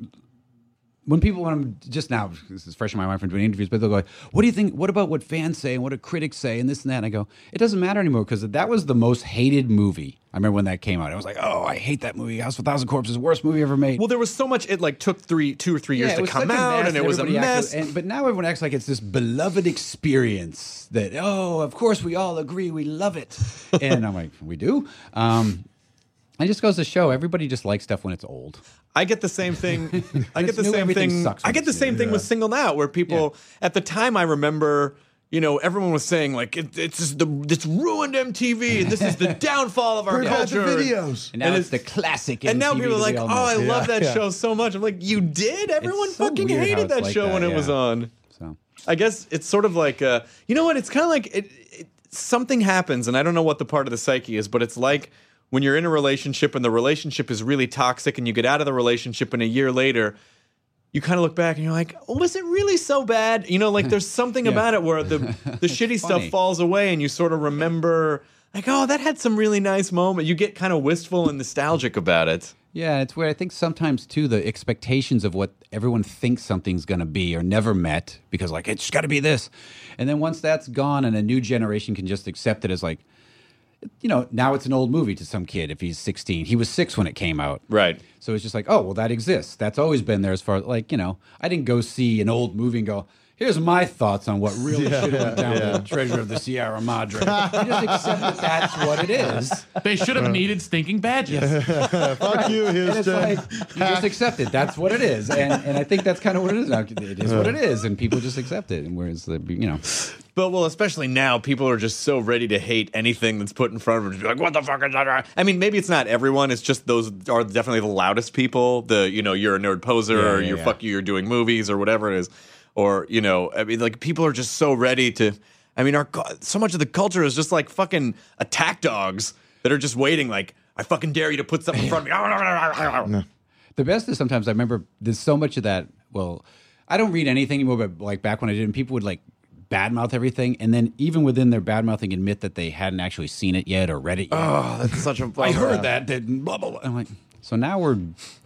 Speaker 6: when people when I'm just now this is fresh in my mind from doing interviews, but they'll go, like, "What do you think? What about what fans say and what do critics say and this and that?" And I go, "It doesn't matter anymore because that was the most hated movie." I remember when that came out. I was like, "Oh, I hate that movie. House of a Thousand Corpses, worst movie ever made."
Speaker 4: Well, there was so much. It like took three, two or three years
Speaker 6: Yeah, it
Speaker 4: to
Speaker 6: was
Speaker 4: come
Speaker 6: such a
Speaker 4: out,
Speaker 6: mess
Speaker 4: and it was a
Speaker 6: everybody acted-
Speaker 4: mess.
Speaker 6: and- but now everyone acts like it's this beloved experience that oh, of course we all agree we love it, and I'm like, we do. Um, it just goes to show everybody just likes stuff when it's old.
Speaker 4: I get the same thing. I get
Speaker 6: It's
Speaker 4: the
Speaker 6: new,
Speaker 4: same
Speaker 6: everything
Speaker 4: thing.
Speaker 6: sucks when
Speaker 4: I get
Speaker 6: it's
Speaker 4: the
Speaker 6: new.
Speaker 4: same thing with Single Out, where people at the time I remember. You know, everyone was saying like it, it's just the it's ruined MTV and this is the downfall of our
Speaker 8: Bring back the
Speaker 4: culture.
Speaker 8: videos.
Speaker 6: And now
Speaker 4: And
Speaker 6: it's,
Speaker 4: it's-
Speaker 6: the classic.
Speaker 4: and now
Speaker 6: MTV
Speaker 4: people are
Speaker 6: that we
Speaker 4: like, "Oh,
Speaker 6: all know."
Speaker 4: I love that
Speaker 8: Yeah.
Speaker 4: show so much." I'm like, "You did? Everyone
Speaker 6: so
Speaker 4: fucking
Speaker 6: weird how
Speaker 4: hated
Speaker 6: it's
Speaker 4: that
Speaker 6: like
Speaker 4: show
Speaker 6: that,
Speaker 4: when it was
Speaker 6: yeah.
Speaker 4: on."
Speaker 6: So
Speaker 4: I guess it's sort of like, uh, you know what? It's kind of like it, it, something happens, and I don't know what the part of the psyche is, but it's like when you're in a relationship and the relationship is really toxic, and you get out of the relationship, and a year later, you kind of look back and you're like, oh, was it really so bad? You know, like there's something about it where the the shitty stuff
Speaker 6: funny.
Speaker 4: falls away, and you sort of remember. Like, oh, that had some really nice moment. You get kind of wistful and nostalgic about it.
Speaker 6: Yeah, it's where I think sometimes too the expectations of what everyone thinks something's going to be are never met because like it's got to be this, and then once that's gone and a new generation can just accept it as like, you know, now it's an old movie to some kid if he's sixteen. He was six when it came out,
Speaker 4: Right.
Speaker 6: So it's just like, oh well, that exists. That's always been there as far as like you know. I didn't go see an old movie and go. Here's my thoughts on what really should have went down with the treasure of the Sierra Madre. you just accept that that's what it is.
Speaker 7: They should have needed stinking badges.
Speaker 8: Fuck you,
Speaker 6: And it's
Speaker 8: Houston.
Speaker 6: like, you just accept it. That's what it is. And and I think that's kind of what it is now. It is what it is, and people just accept it. And whereas the you know,
Speaker 4: But well, especially now, people are just so ready to hate anything that's put in front of them. Just be like, what the fuck is that? I mean, maybe it's not everyone. It's just those are definitely the loudest people. The you know, you're a nerd poser,
Speaker 6: Yeah,
Speaker 4: or
Speaker 6: yeah,
Speaker 4: you're
Speaker 6: yeah.
Speaker 4: fuck you, you're doing movies, or whatever it is, or you know, I mean, like people are just so ready to. I mean, our cu- so much of the culture is just like fucking attack dogs that are just waiting. Like, I fucking dare you to put something in front of me.
Speaker 6: the best is sometimes I remember there's so much of that. Well, I don't read anything anymore, but like back when I did, and people would like badmouth everything, and then even within their badmouthing, admit that they hadn't actually seen it yet or read it yet.
Speaker 4: oh, that's such a.
Speaker 6: I heard that. That blah blah. blah. I'm like. So now we're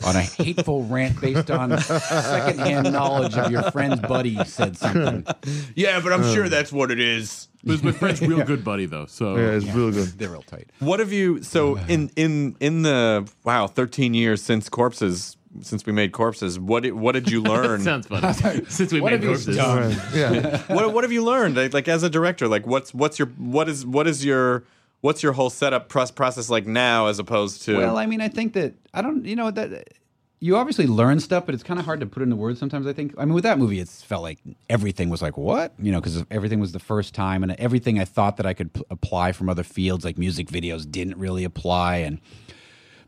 Speaker 6: on a hateful rant based on secondhand knowledge of your friend's buddy said something.
Speaker 4: Yeah, but I'm sure that's what it is.
Speaker 7: It was my friend's real good buddy though, so
Speaker 8: yeah, it's real good.
Speaker 6: They're real tight.
Speaker 4: What have you so in in in the wow 13 years since corpses since we made corpses what did, what did you learn
Speaker 7: sounds funny. Since we
Speaker 6: What
Speaker 7: made
Speaker 6: have you
Speaker 7: corpses,
Speaker 6: done?
Speaker 8: Right. Yeah.
Speaker 4: what what have you learned like, like, as a director like what's what's your what is what is your what's your whole setup press process like now as opposed to
Speaker 6: Well, I mean, I think that I don't. You know that you obviously learn stuff, but it's kind of hard to put into words sometimes. I think. I mean, with that movie, it felt like everything was like what you know because everything was the first time, and everything I thought that I could p- apply from other fields like music videos didn't really apply, and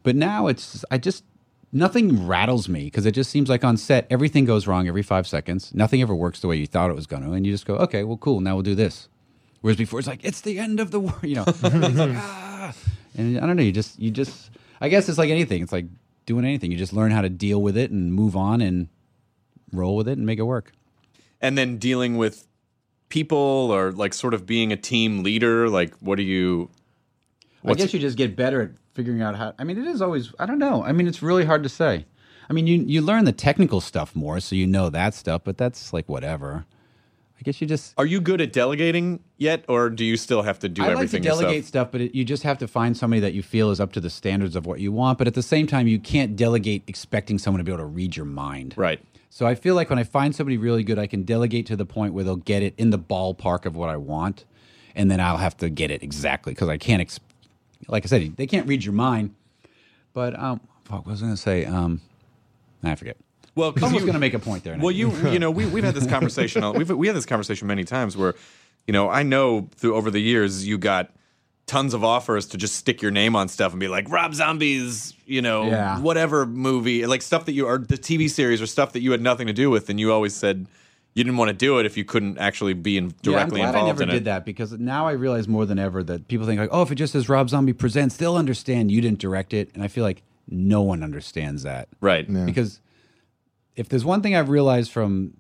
Speaker 6: but now it's I just nothing rattles me because it just seems like on set everything goes wrong every five seconds. Nothing ever works the way you thought it was going to, and you just go, okay, well, cool. Now we'll do this. Whereas before it's like it's the end of the world, you know. It's like, ah. And I don't know. You just you just I guess it's like anything. It's like doing anything. You just learn how to deal with it and move on and roll with it and make it work.
Speaker 4: and then dealing with people or like sort of being a team leader like what do you
Speaker 6: I guess you just get better at figuring out how. I mean, it is always. I don't know. I mean, it's really hard to say. I mean, you you learn the technical stuff more, so you know that stuff. But that's like whatever. I guess you just.
Speaker 4: are you good at delegating yet or do you still have to do
Speaker 6: I like to
Speaker 4: everything
Speaker 6: delegate
Speaker 4: yourself
Speaker 6: stuff, but it, you just have to find somebody that you feel is up to the standards of what you want. But at the same time, you can't delegate expecting someone to be able to read your mind.
Speaker 4: right
Speaker 6: So I feel like when I find somebody really good, I can delegate to the point where they'll get it in the ballpark of what I want, and then I'll have to get it exactly because I can't. Ex- like I said, they can't read your mind. But um, fuck, what was I going to say? Um, I forget.
Speaker 4: well
Speaker 6: I
Speaker 4: because
Speaker 6: was going to make a point there. and I
Speaker 4: Well, you you know we we've had this conversation. we've we had this conversation many times where, you know, I know through over the years you got tons of offers to just stick your name on stuff and be like Rob Zombie's, you know,
Speaker 6: Yeah.
Speaker 4: whatever movie, like stuff that you are the TV series or stuff that you had nothing to do with, and you always said you didn't want to do it if you couldn't actually be in, directly
Speaker 6: yeah, I'm
Speaker 4: involved
Speaker 6: glad I never
Speaker 4: in
Speaker 6: did
Speaker 4: it.
Speaker 6: that because now I realize more than ever that people think like, oh, if it just says Rob Zombie presents, they'll understand you didn't direct it, and I feel like no one understands that.
Speaker 4: Right.
Speaker 6: Because if there's one thing I've realized from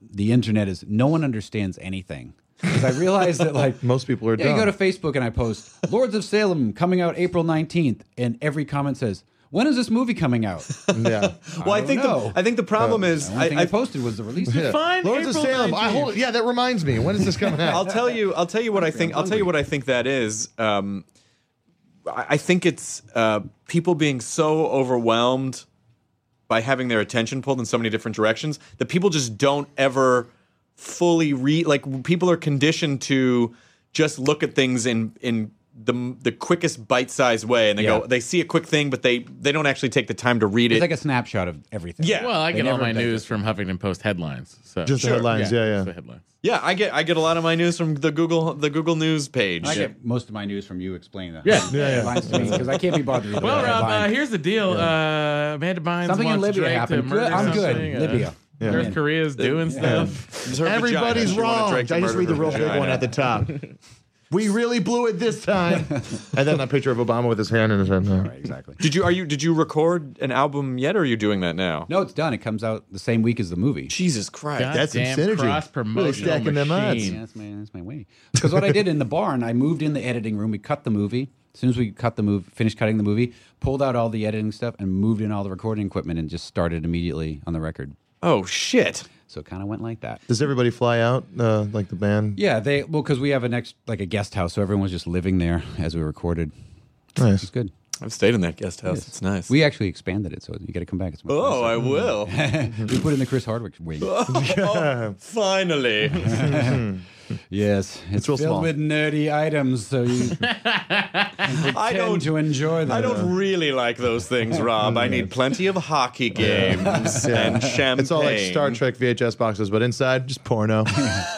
Speaker 6: the internet is no one understands anything. Because I realized that like
Speaker 8: Most people are
Speaker 6: yeah, you
Speaker 8: dumb.
Speaker 6: go to Facebook and I post Lords of Salem coming out April 19th, and every comment says, when is this movie coming out?
Speaker 8: yeah.
Speaker 4: Well, I,
Speaker 6: don't
Speaker 4: think
Speaker 6: know.
Speaker 4: the, I think the problem is
Speaker 6: The only thing I,
Speaker 4: I, I
Speaker 6: posted was the release.
Speaker 8: Yeah.
Speaker 6: date.
Speaker 4: Fine,
Speaker 8: Lords
Speaker 4: April
Speaker 8: of Salem. I
Speaker 4: 19th.
Speaker 8: hold. Yeah, that reminds me. When is this coming out?
Speaker 4: I'll tell you. I'll tell you what I think. I'll tell you what I think that is. Um, I I think it's uh, people being so overwhelmed by having their attention pulled in so many different directions that people just don't ever fully read. Like people are conditioned to just look at things in in the the quickest bite sized way, and they
Speaker 6: Yeah.
Speaker 4: go they see a quick thing, but they they don't actually take the time to read
Speaker 6: It's
Speaker 4: it.
Speaker 6: like a snapshot of everything.
Speaker 4: yeah.
Speaker 7: Well, I
Speaker 6: They
Speaker 7: get all
Speaker 6: never
Speaker 7: my
Speaker 6: digest
Speaker 7: news from Huffington Post headlines. So
Speaker 8: Just the Sure. headlines, yeah, yeah.
Speaker 7: just the headlines.
Speaker 4: yeah, I get I get a lot of my news from the Google the Google News page.
Speaker 6: I get most of my news from you explaining that.
Speaker 7: Yeah.
Speaker 8: Yeah, yeah.
Speaker 6: Lines to me because I can't be bothered. with the
Speaker 7: Well, Rob, uh,
Speaker 6: headline.
Speaker 7: here's the deal. Uh, Amanda Bynes
Speaker 6: something in
Speaker 7: wants
Speaker 6: Libya
Speaker 7: Drake to
Speaker 6: happened.
Speaker 7: murder
Speaker 6: Good- I'm good.
Speaker 7: something. Uh,
Speaker 6: Libya.
Speaker 7: North Korea's doing stuff.
Speaker 4: Just her vagina.
Speaker 8: Everybody's
Speaker 4: She wanted
Speaker 8: wrong. I
Speaker 4: Drake to
Speaker 8: just
Speaker 4: murder
Speaker 8: read the
Speaker 4: her
Speaker 8: real big one
Speaker 4: vagina.
Speaker 8: at the top. we really blew it this time. and then a picture of Obama with his hand in his hand.
Speaker 6: Right, exactly.
Speaker 4: Did you are you did you record an album yet or are you doing that now?
Speaker 6: No, it's done. It comes out the same week as the movie.
Speaker 4: Jesus Christ.
Speaker 8: That's some
Speaker 7: Goddamn
Speaker 8: synergy.
Speaker 7: cross-promotional
Speaker 8: Really stacking them odds.
Speaker 7: machine.
Speaker 6: Yeah, that's my that's my way. Because what I did in the barn, I moved in the editing room. We cut the movie. As soon as we cut the movie, finished cutting the movie, pulled out all the editing stuff, and moved in all the recording equipment, and just started immediately on the record.
Speaker 4: oh shit.
Speaker 6: So it kind of went like that.
Speaker 8: Does everybody fly out uh, like the band?
Speaker 6: Yeah, they well because we have a next like a guest house, so everyone was just living there as we recorded.
Speaker 8: Nice.
Speaker 6: It's good.
Speaker 4: I've stayed in that guest house. It's nice.
Speaker 6: We actually expanded it, so you got to come back. It's much
Speaker 4: oh, I
Speaker 6: nicer.
Speaker 4: will.
Speaker 6: we put in the Chris Hardwick wing.
Speaker 4: Oh, finally.
Speaker 6: Yes, it's,
Speaker 8: real
Speaker 6: filled
Speaker 8: small.
Speaker 6: with nerdy items, so you
Speaker 4: I
Speaker 6: tend
Speaker 4: don't
Speaker 6: to enjoy them.
Speaker 4: I don't really like those things, Rob. I need plenty of hockey games and champagne.
Speaker 8: It's all like Star Trek VHS boxes, but inside just porno,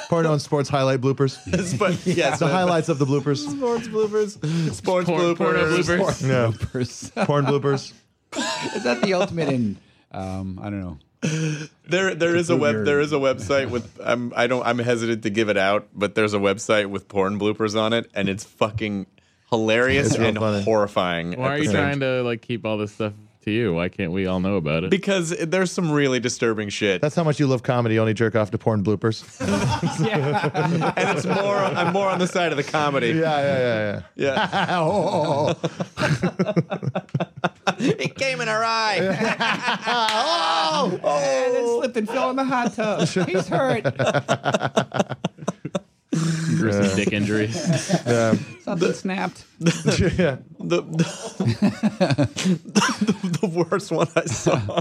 Speaker 8: porno and sports highlight bloopers.
Speaker 4: but yes,
Speaker 8: the highlights of the bloopers.
Speaker 4: sports bloopers, sports
Speaker 7: Por-
Speaker 4: bloopers,
Speaker 7: porno bloopers.
Speaker 8: Yeah,
Speaker 6: Is
Speaker 8: porn bloopers.
Speaker 6: that the ultimate in? Um, I don't know.
Speaker 4: There, there is a
Speaker 6: prove
Speaker 4: web.
Speaker 6: your-
Speaker 4: There is a website with. I'm. I don't. I'm hesitant to give it out, but there's a website with porn bloopers on it, and it's fucking hilarious
Speaker 8: It's real
Speaker 4: and
Speaker 8: funny.
Speaker 4: horrifying.
Speaker 7: Why
Speaker 4: at
Speaker 7: are
Speaker 4: the
Speaker 7: you
Speaker 4: same
Speaker 7: trying to like keep all this stuff to you? Why can't we all know about it?
Speaker 4: Because there's some really disturbing shit,
Speaker 8: That's how much you love comedy. You only jerk off to porn bloopers.
Speaker 4: and it's more. I'm more on the side of the comedy.
Speaker 8: Yeah, yeah, yeah, yeah.
Speaker 4: Yeah.
Speaker 8: Oh, oh,
Speaker 4: it came in her eye.
Speaker 8: oh, oh.
Speaker 6: And then slipped and fell in the hot tub. He's hurt.
Speaker 7: Gruesome dick injuries.
Speaker 6: Something snapped.
Speaker 8: yeah.
Speaker 4: the, the, the, the worst one I saw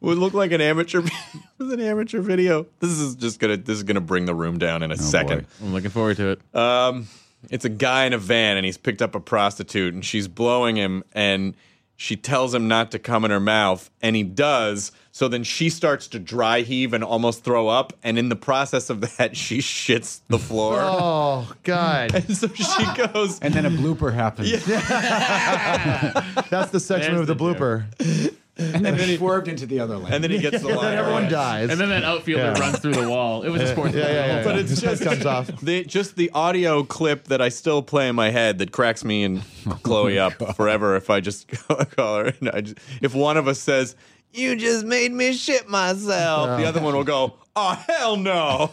Speaker 4: would look like an amateur. it was an amateur video. This is just gonna. This is gonna bring the room down
Speaker 8: Oh,
Speaker 4: in a second.
Speaker 6: boy.
Speaker 7: I'm looking forward to it.
Speaker 8: Uh,
Speaker 4: Um, it's a guy in a van, and he's picked up a prostitute, and she's blowing him, and she tells him not to come in her mouth, and he does. So then she starts to dry heave and almost throw up, and in the process of that, she shits the floor.
Speaker 8: Oh, God.
Speaker 4: And so she goes,
Speaker 6: And then a blooper happened.
Speaker 8: That's the section of
Speaker 7: There's
Speaker 8: the,
Speaker 7: the
Speaker 8: blooper.
Speaker 6: And then it swerved into the other lane.
Speaker 4: and then he gets the
Speaker 8: Then
Speaker 4: line.
Speaker 8: everyone
Speaker 4: right.
Speaker 8: dies.
Speaker 7: And then that outfielder
Speaker 8: Yeah.
Speaker 7: runs through the wall. It was a sports.
Speaker 8: yeah, yeah, yeah.
Speaker 4: But it's just
Speaker 8: comes off.
Speaker 4: The, just the audio clip that I still play in my head that cracks me and
Speaker 8: Oh
Speaker 4: Chloe up forever if I just call her. And I just, if one of us says, You just made me shit myself, the other one will go, Oh, hell no.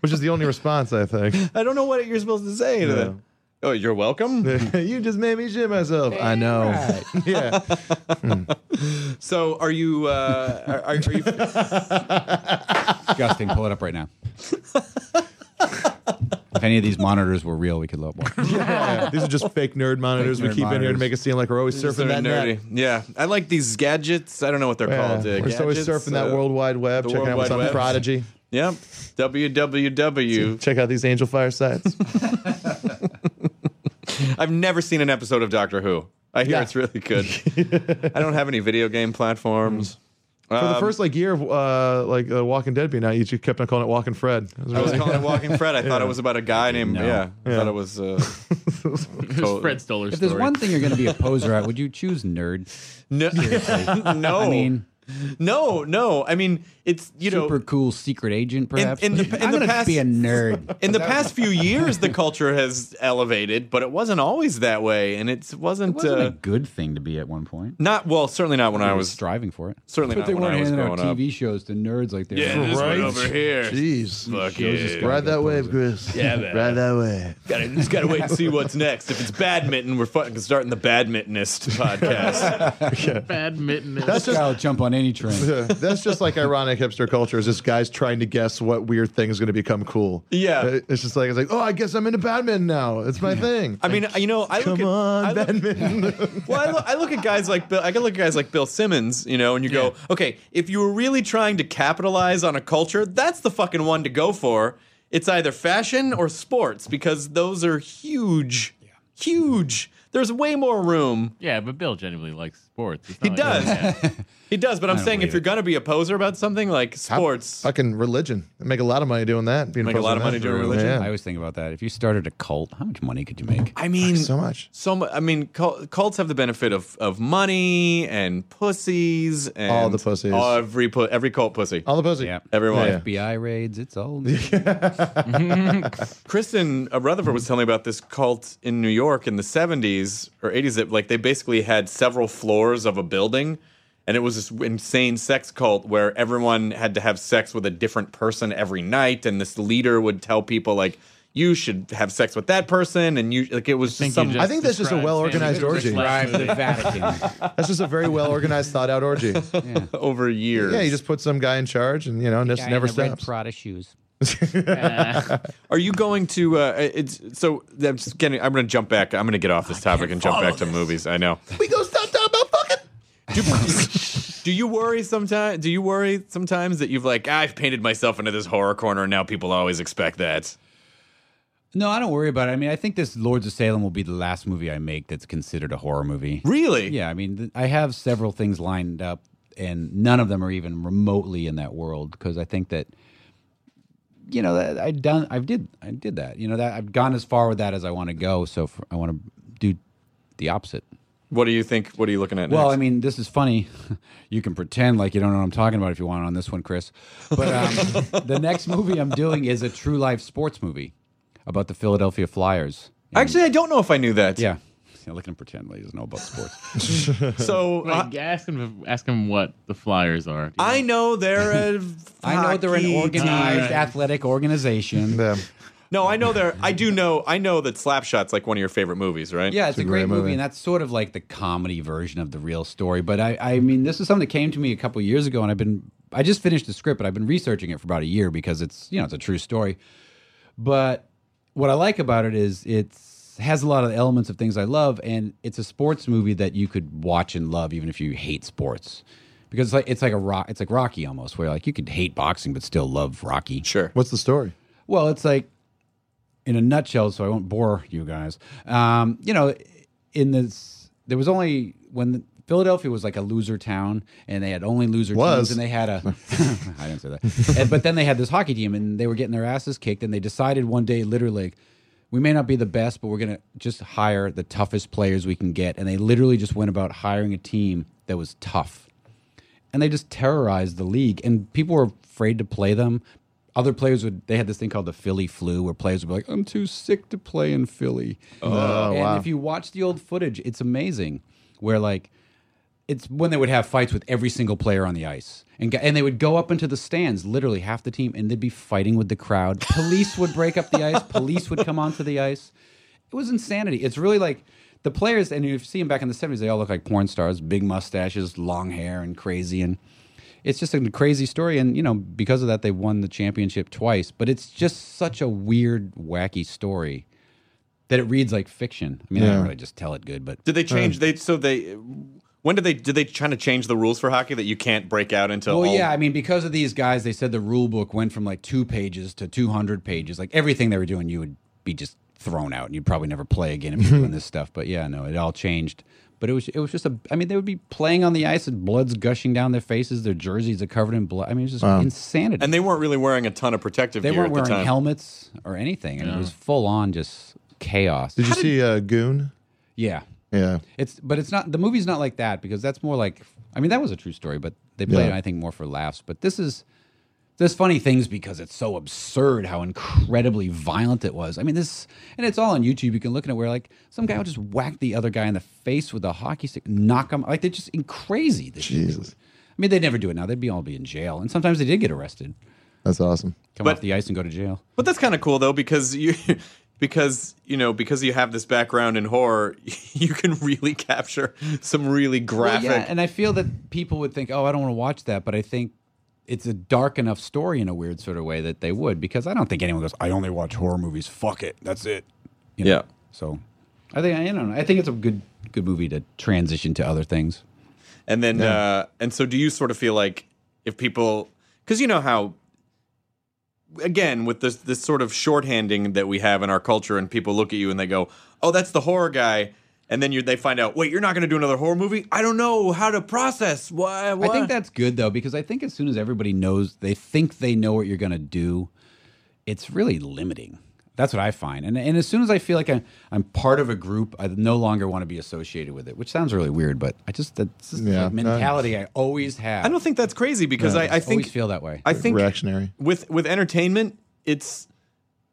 Speaker 8: Which is the only response, I think.
Speaker 4: I don't know what you're supposed to say to them. Oh, you're welcome.
Speaker 8: you just made me shit myself. I know. yeah.
Speaker 4: So, are you? Uh, are, are are you?
Speaker 6: Disgusting. Pull it up right now. if any of these monitors were real, we could load more.
Speaker 8: Yeah. These are just fake nerd monitors
Speaker 6: Fake
Speaker 8: we
Speaker 6: nerd
Speaker 8: keep in here to
Speaker 6: monitors.
Speaker 8: make it seem like we're always surfing
Speaker 4: Sort of
Speaker 8: that
Speaker 4: nerdy.
Speaker 8: net.
Speaker 4: Yeah, I like these gadgets. I don't know what they're
Speaker 8: Yeah.
Speaker 4: called. Uh,
Speaker 8: We're
Speaker 4: gadgets,
Speaker 8: always surfing that
Speaker 4: uh,
Speaker 8: World Wide Web,
Speaker 4: the
Speaker 8: checking
Speaker 4: World
Speaker 8: out what's
Speaker 4: Wide
Speaker 8: on
Speaker 4: Web.
Speaker 8: Prodigy.
Speaker 4: Yep. www.
Speaker 8: Check out these Angel Fire sites.
Speaker 4: I've never seen an episode of Doctor Who. I hear
Speaker 8: Yeah.
Speaker 4: it's really good. I don't have any video game platforms.
Speaker 8: For the first like year of uh, like uh, Walking Dead being out, you just kept on calling it Walking Fred. It was
Speaker 4: I was
Speaker 8: really-
Speaker 4: calling it Walking Fred. I thought it was about a guy named yeah. I thought it was. Uh,
Speaker 7: It's Fred Stoller
Speaker 6: If
Speaker 7: story.
Speaker 6: there's one thing you're going to be a poser at, would you choose nerd?
Speaker 4: no, no.
Speaker 6: I mean,
Speaker 4: no, no. I mean, it's you know.
Speaker 6: super cool secret agent, perhaps.
Speaker 4: in the- in
Speaker 6: I'm
Speaker 4: the
Speaker 6: gonna
Speaker 4: past-
Speaker 6: be a nerd.
Speaker 4: in the past few years, the culture has elevated, but it wasn't always that way, and it wasn't,
Speaker 6: It wasn't
Speaker 4: uh,
Speaker 6: a good thing to be at one point.
Speaker 4: not well. Certainly not when I
Speaker 6: I was
Speaker 4: was.
Speaker 6: striving for it.
Speaker 4: Certainly
Speaker 6: But
Speaker 4: not
Speaker 6: they
Speaker 4: when
Speaker 6: weren't
Speaker 4: I was
Speaker 6: handing
Speaker 4: growing
Speaker 6: out
Speaker 4: up.
Speaker 6: TV shows to nerds like they
Speaker 4: Yeah,
Speaker 6: were.
Speaker 4: this
Speaker 8: Right.
Speaker 4: one over here.
Speaker 8: Jeez.
Speaker 4: Fuck yeah.
Speaker 8: Ride that wave, Chris.
Speaker 4: Yeah, man.
Speaker 8: Ride that way.
Speaker 4: Gotta, just gotta wait and see what's next. If it's badminton, we're fucking starting the badmintonist podcast.
Speaker 7: badminton.
Speaker 8: That's
Speaker 6: This
Speaker 8: just
Speaker 6: guy will jump on any train.
Speaker 8: Yeah, that's just like ironic hipster culture is just guys trying to guess what weird thing is going to become cool.
Speaker 4: Yeah.
Speaker 8: Uh, It's just like, it's like, oh, I guess I'm into badminton now. It's my thing.
Speaker 4: I mean, you know, I look
Speaker 8: Come
Speaker 4: at,
Speaker 8: on,
Speaker 4: I look-
Speaker 8: badminton.
Speaker 4: well, I look, I look at guys like Bill. I can look at guys like Bill Simmons, you know, and you go, okay, if you were really trying to capitalize on a culture, that's the fucking one to go for. It's either fashion or sports because those are huge, huge. There's way more room.
Speaker 7: yeah, but Bill genuinely likes sports. It's
Speaker 4: He
Speaker 7: not like-
Speaker 4: does. He does, but I'm saying if you're gonna be a poser about something like sports,
Speaker 8: Fucking religion. I make a lot of money doing that. Being
Speaker 4: Make a
Speaker 8: opposed
Speaker 4: lot
Speaker 8: to
Speaker 4: of
Speaker 8: that.
Speaker 4: money doing religion?
Speaker 8: Yeah.
Speaker 6: I always think about that. If you started a cult, how much money could you make?
Speaker 4: I mean,
Speaker 8: so much.
Speaker 4: So mu- I mean, cul- cults have the benefit of, of money and pussies and
Speaker 8: All the pussies.
Speaker 4: Every pu- every cult pussy.
Speaker 8: All the pussy.
Speaker 6: Yeah.
Speaker 4: Everyone.
Speaker 8: Yeah.
Speaker 6: FBI raids, it's all.
Speaker 4: Kristen uh, Rutherford
Speaker 8: Mm-hmm.
Speaker 4: was telling me about this cult in New York in the 70s or 80s that like they basically had several floors of a building and it was this insane sex cult where everyone had to have sex with a different person every night and this leader would tell people like you should have sex with that person and you like it was just
Speaker 7: think
Speaker 4: some
Speaker 7: you
Speaker 8: I think that's just a
Speaker 7: described
Speaker 8: well-organized
Speaker 7: Sam's
Speaker 8: orgy.
Speaker 7: last
Speaker 6: the
Speaker 7: movie.
Speaker 6: Vatican.
Speaker 8: That's just a very well organized, thought out orgy. Yeah.
Speaker 4: over years.
Speaker 8: you just put some guy in charge and, you know, just never stops.
Speaker 6: Prada shoes.
Speaker 4: Are you going to? Uh, it's so. I'm just getting. I'm going to jump back. I'm going to get off this topic and jump back to movies. I know.
Speaker 8: we go stop talking about fucking.
Speaker 4: Do, do you worry sometimes? Do you worry sometimes that you've like I've painted myself into this horror corner and now people always expect that.
Speaker 6: No, I don't worry about it. I mean, I think this Lords of Salem will be the last movie I make that's considered a horror movie.
Speaker 4: Really?
Speaker 6: Yeah, I mean, th- I have several things lined up, and none of them are even remotely in that world because I think that, you know, that I done, I've did, I did that. You know, that I've gone as far with that as I want to go. So f I I want to do the opposite.
Speaker 4: What do you think? What are you looking at?
Speaker 6: Well, I
Speaker 4: next?
Speaker 6: mean, this is funny. You can pretend like you don't know what I'm talking about if you want on this one, Chris. But um, the next movie I'm doing is a true life sports movie about the Philadelphia Flyers. And-
Speaker 4: actually, I don't know if I knew that.
Speaker 6: yeah. Yeah, look at him pretend like he doesn't know about sports.
Speaker 4: So uh,
Speaker 7: Like, ask him. Ask him what the Flyers are. Do you
Speaker 4: I know they're a.
Speaker 6: I know they're an
Speaker 4: hockey
Speaker 6: organized
Speaker 4: team.
Speaker 6: athletic organization.
Speaker 8: Yeah.
Speaker 4: No, I know they're. I do know. I know that Slapshot's like one of your favorite movies, right?
Speaker 6: Yeah, it's, a great, movie, and that's sort of like the comedy version of the real story. But I, I mean, this is something that came to me a couple years ago, and I've been, I just finished the script, but I've been researching it for about a year because it's, you know, it's a true story. But what I like about it is it's has a lot of elements of things I love, and it's a sports movie that you could watch and love even if you hate sports, because it's like it's like a rock, it's like Rocky almost, where like you could hate boxing but still love Rocky.
Speaker 4: Sure.
Speaker 8: What's the story?
Speaker 6: Well, it's like in a nutshell, so I won't bore you guys. Um, you know, in this, there was only when Philadelphia was like a loser town, and they had only loser
Speaker 8: Was.
Speaker 6: teams, and they had a. I didn't say that, and, but then they had this hockey team, and they were getting their asses kicked, and they decided one day, literally. like, we may not be the best, but we're going to just hire the toughest players we can get. And they literally just went about hiring a team that was tough and they just terrorized the league and people were afraid to play them other players would they had this thing called the philly flu where players would be like i'm too sick to play in philly and if you watch the old footage it's amazing where like it's when they would have fights with every single player on the ice and, g- and they would go up into the stands literally half the team and they'd be fighting with the crowd police would break up the ice police would come onto the ice it was insanity it's really like the players and you see them back in the 70s they all look like porn stars big mustaches long hair and crazy and it's just a crazy story and you know because of that they won the championship twice but it's just such a weird wacky story that it reads like fiction i mean i
Speaker 8: Yeah.
Speaker 6: don't really just tell it good but
Speaker 4: Did they
Speaker 6: Uh.
Speaker 4: change? they so they. When did they did they trying to change the rules for hockey that you can't break out into?
Speaker 6: Well,
Speaker 4: all-
Speaker 6: yeah, I mean, because of these guys, they said the rule book went from like two pages to 200 pages. Like everything they were doing, you would be just thrown out and you'd probably never play again if you're doing this stuff. But yeah, no, it all changed. But it was it was just a. I mean, they would be playing on the ice and blood's gushing down their faces. Their jerseys are covered in blood. I mean, it was just insanity.
Speaker 4: And they weren't really wearing a ton of protective
Speaker 6: they
Speaker 4: gear
Speaker 6: weren't
Speaker 4: at
Speaker 6: wearing
Speaker 4: the time.
Speaker 6: helmets or anything, and it was full on just chaos.
Speaker 8: Did you see uh, Goon?
Speaker 6: yeah,
Speaker 8: Yeah.
Speaker 6: it's but it's not the movie's not like that because that's more like I mean that was a true story, but they played
Speaker 8: Yeah.
Speaker 6: it I think more for laughs. But this is there's funny things because it's so absurd how incredibly violent it was. I mean this and it's all on YouTube. You can look at it where like some guy would just whack the other guy in the face with a hockey stick, knock him like they're just in crazy. This
Speaker 8: Jesus.
Speaker 6: I mean they'd never do it now. They'd be all be in jail, and sometimes they did get arrested,
Speaker 8: That's awesome.
Speaker 6: come
Speaker 4: But-
Speaker 6: off the ice and go to jail.
Speaker 4: But that's kind of cool though, because you, because you know, because you have this background in horror, you can really capture some really
Speaker 6: Well,
Speaker 4: graphic.
Speaker 6: yeah, and I feel that people would think, "Oh, I don't want to watch that," but I think it's a dark enough story in a weird sort of way that they would because I don't think anyone goes, "I only watch horror movies. Fuck it, that's it." You know?
Speaker 4: Yeah.
Speaker 6: So I think I don't know. I think it's a good good movie to transition to other things.
Speaker 4: And then, uh, and so do you sort of feel like if people, because you know how, again, with this this sort of shorthanding that we have in our culture, and people look at you and they go, "Oh, that's the horror guy," and then you they find out, "Wait, you're not going to do another horror movie? I don't know how to process why."
Speaker 6: I think
Speaker 4: what?"
Speaker 6: that's good though because I think as soon as everybody knows, they think they know what you're going to do. It's really limiting. That's what I find. And and as soon as I feel like I'm, I'm part of a group, I no longer want to be associated with it, which sounds really weird, but I just that's just
Speaker 8: Yeah.
Speaker 6: the mentality I always have.
Speaker 4: I don't think that's crazy because I, I think
Speaker 6: always feel that way.
Speaker 4: I think
Speaker 8: Reactionary.
Speaker 4: with with entertainment, it's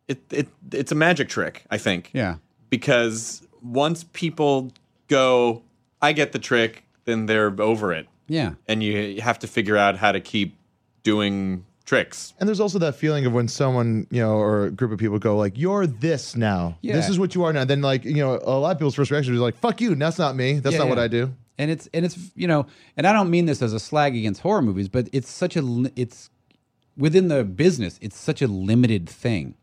Speaker 4: it it it's a magic trick. I think.
Speaker 6: yeah.
Speaker 4: Because once people go, I get the trick, then they're over it,
Speaker 6: Yeah.
Speaker 4: and you have to figure out how to keep doing tricks.
Speaker 8: And there's also that feeling of when someone, you know, or a group of people go like, "You're this now.
Speaker 6: Yeah.
Speaker 8: This is what you are now." Then like, you know, a lot of people's first reaction is like, "Fuck you. That's not me. That's
Speaker 6: Yeah,
Speaker 8: not what
Speaker 6: yeah.
Speaker 8: I do."
Speaker 6: And it's and it's you know, and I don't mean this as a slag against horror movies, but it's such a li- it's within the business, it's such a limited thing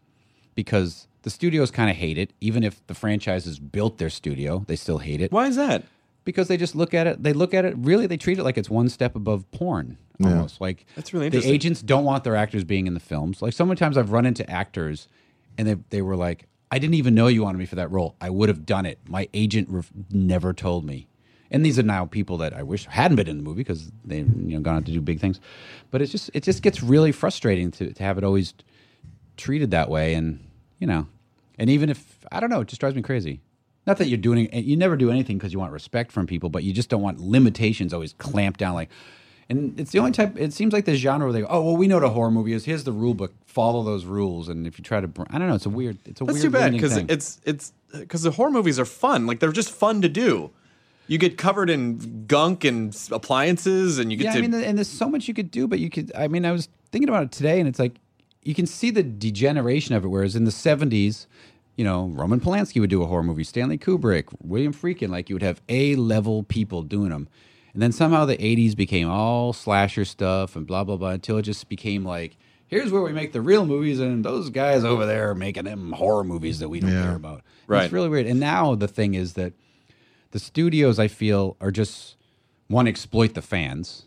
Speaker 6: because the studios kind of hate it even if the franchises built their studio, they still hate it.
Speaker 4: Why is that?
Speaker 6: because they just look at it. They look at it. Really, they treat it like it's one step above porn. Almost like
Speaker 4: That's really
Speaker 6: The
Speaker 4: interesting.
Speaker 6: agents don't want their actors being in the films. Like so many times I've run into actors, and they they were like, "I didn't even know you wanted me for that role. I would have done it. My agent ref- never told me." And these are now people that I wish hadn't been in the movie because they've you know gone on to do big things. But it's just it just gets really frustrating to to have it always treated that way and you know and even if i don't know it just drives me crazy not that you're doing you never do anything because you want respect from people but you just don't want limitations always clamped down like and it's the only type it seems like the genre where they go oh well we know what a horror movie is here's the rule book follow those rules and if you try to br- i don't know it's a weird it's a
Speaker 4: That's
Speaker 6: weird
Speaker 4: too bad
Speaker 6: because
Speaker 4: because it's it's because the horror movies are fun. Like they're just fun to do. You get covered in gunk and s- appliances, and you get
Speaker 6: yeah
Speaker 4: to
Speaker 6: i mean and there's so much you could do but you could i mean i was thinking about it today and it's like you can see the degeneration of it whereas in the 70s you know roman polanski would do a horror movie stanley kubrick william freakin like you would have a level people doing them and then somehow the 80s became all slasher stuff and blah blah blah until it just became like here's where we make the real movies and those guys over there are making them horror movies that we don't care about And
Speaker 4: Right.
Speaker 6: it's really weird and now the thing is that the studios I feel are just want to exploit the fans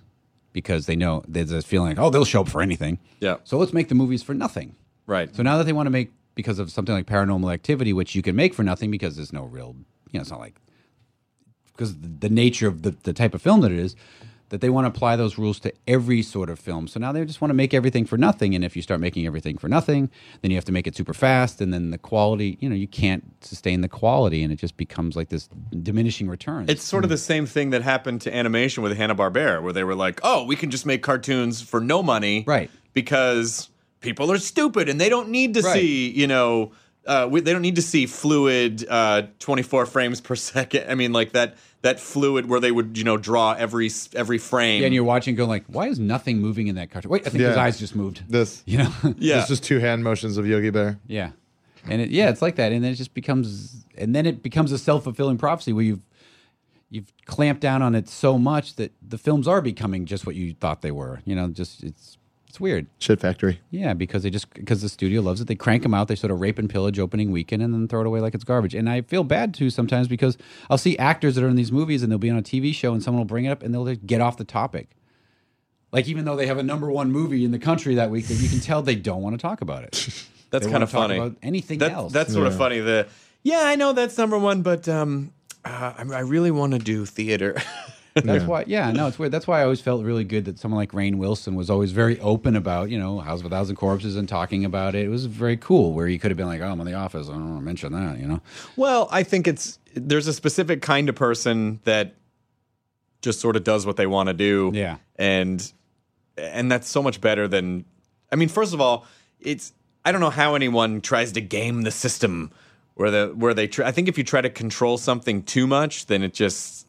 Speaker 6: because they know there's a feeling like, oh, they'll show up for anything.
Speaker 4: Yeah.
Speaker 6: So let's make the movies for nothing.
Speaker 4: right.
Speaker 6: So now that they want to make because of something like paranormal activity, which you can make for nothing because there's no real you know, it's not like because the, the nature of the, the type of film that it is, that they want to apply those rules to every sort of film. So now they just want to make everything for nothing. And if you start making everything for nothing, then you have to make it super fast. And then the quality, you know, you can't sustain the quality. And it just becomes like this diminishing return.
Speaker 4: It's sort of the same thing that happened to animation with Hanna Barbera, where they were like, "Oh, we can just make cartoons for no money,
Speaker 6: Right.
Speaker 4: Because people are stupid and they don't need to
Speaker 6: Right.
Speaker 4: see, you know, uh, we, they don't need to see fluid uh, twenty-four frames per second. I mean, like that that fluid where they would, you know, draw every s- every frame.
Speaker 6: Yeah, and you're watching, going like, "Why is nothing moving in that cartoon?" Wait, I think his
Speaker 8: Yeah.
Speaker 6: eyes just moved.
Speaker 8: This.
Speaker 6: you know,
Speaker 4: Yeah.
Speaker 8: It's just two hand motions of Yogi Bear.
Speaker 6: yeah, and it, yeah, it's like that, and then it just becomes, and then it becomes a self fulfilling prophecy where you've you've clamped down on it so much that the films are becoming just what you thought they were. You know, just it's it's weird.
Speaker 8: Shit factory.
Speaker 6: Yeah, because they just because the studio loves it, they crank them out. They sort of rape and pillage opening weekend, and then throw it away like it's garbage. And I feel bad too sometimes because I'll see actors that are in these movies, and they'll be on a TV show, and someone will bring it up, and they'll just get off the topic. Like even though they have a number one movie in the country that week, that you can tell they don't want to talk about it.
Speaker 4: that's
Speaker 6: They
Speaker 4: kind
Speaker 6: wanna
Speaker 4: of
Speaker 6: talk
Speaker 4: funny.
Speaker 6: about anything
Speaker 4: That-
Speaker 6: else.
Speaker 4: That's sort of funny. The yeah, I know that's number one, but um, uh, I, I really want to do theater.
Speaker 6: That's why, yeah, no, it's weird. That's why I always felt really good that someone like Rain Wilson was always very open about, you know, House of a Thousand Corpses and talking about it. It was very cool where you could have been like, oh, I'm in the office. I don't want to mention that, you know?
Speaker 4: Well, I think it's there's a specific kind of person that just sort of does what they want to do.
Speaker 6: Yeah.
Speaker 4: And and that's so much better than I mean, first of all, it's I don't know how anyone tries to game the system where the where they try, I think if you try to control something too much, then it just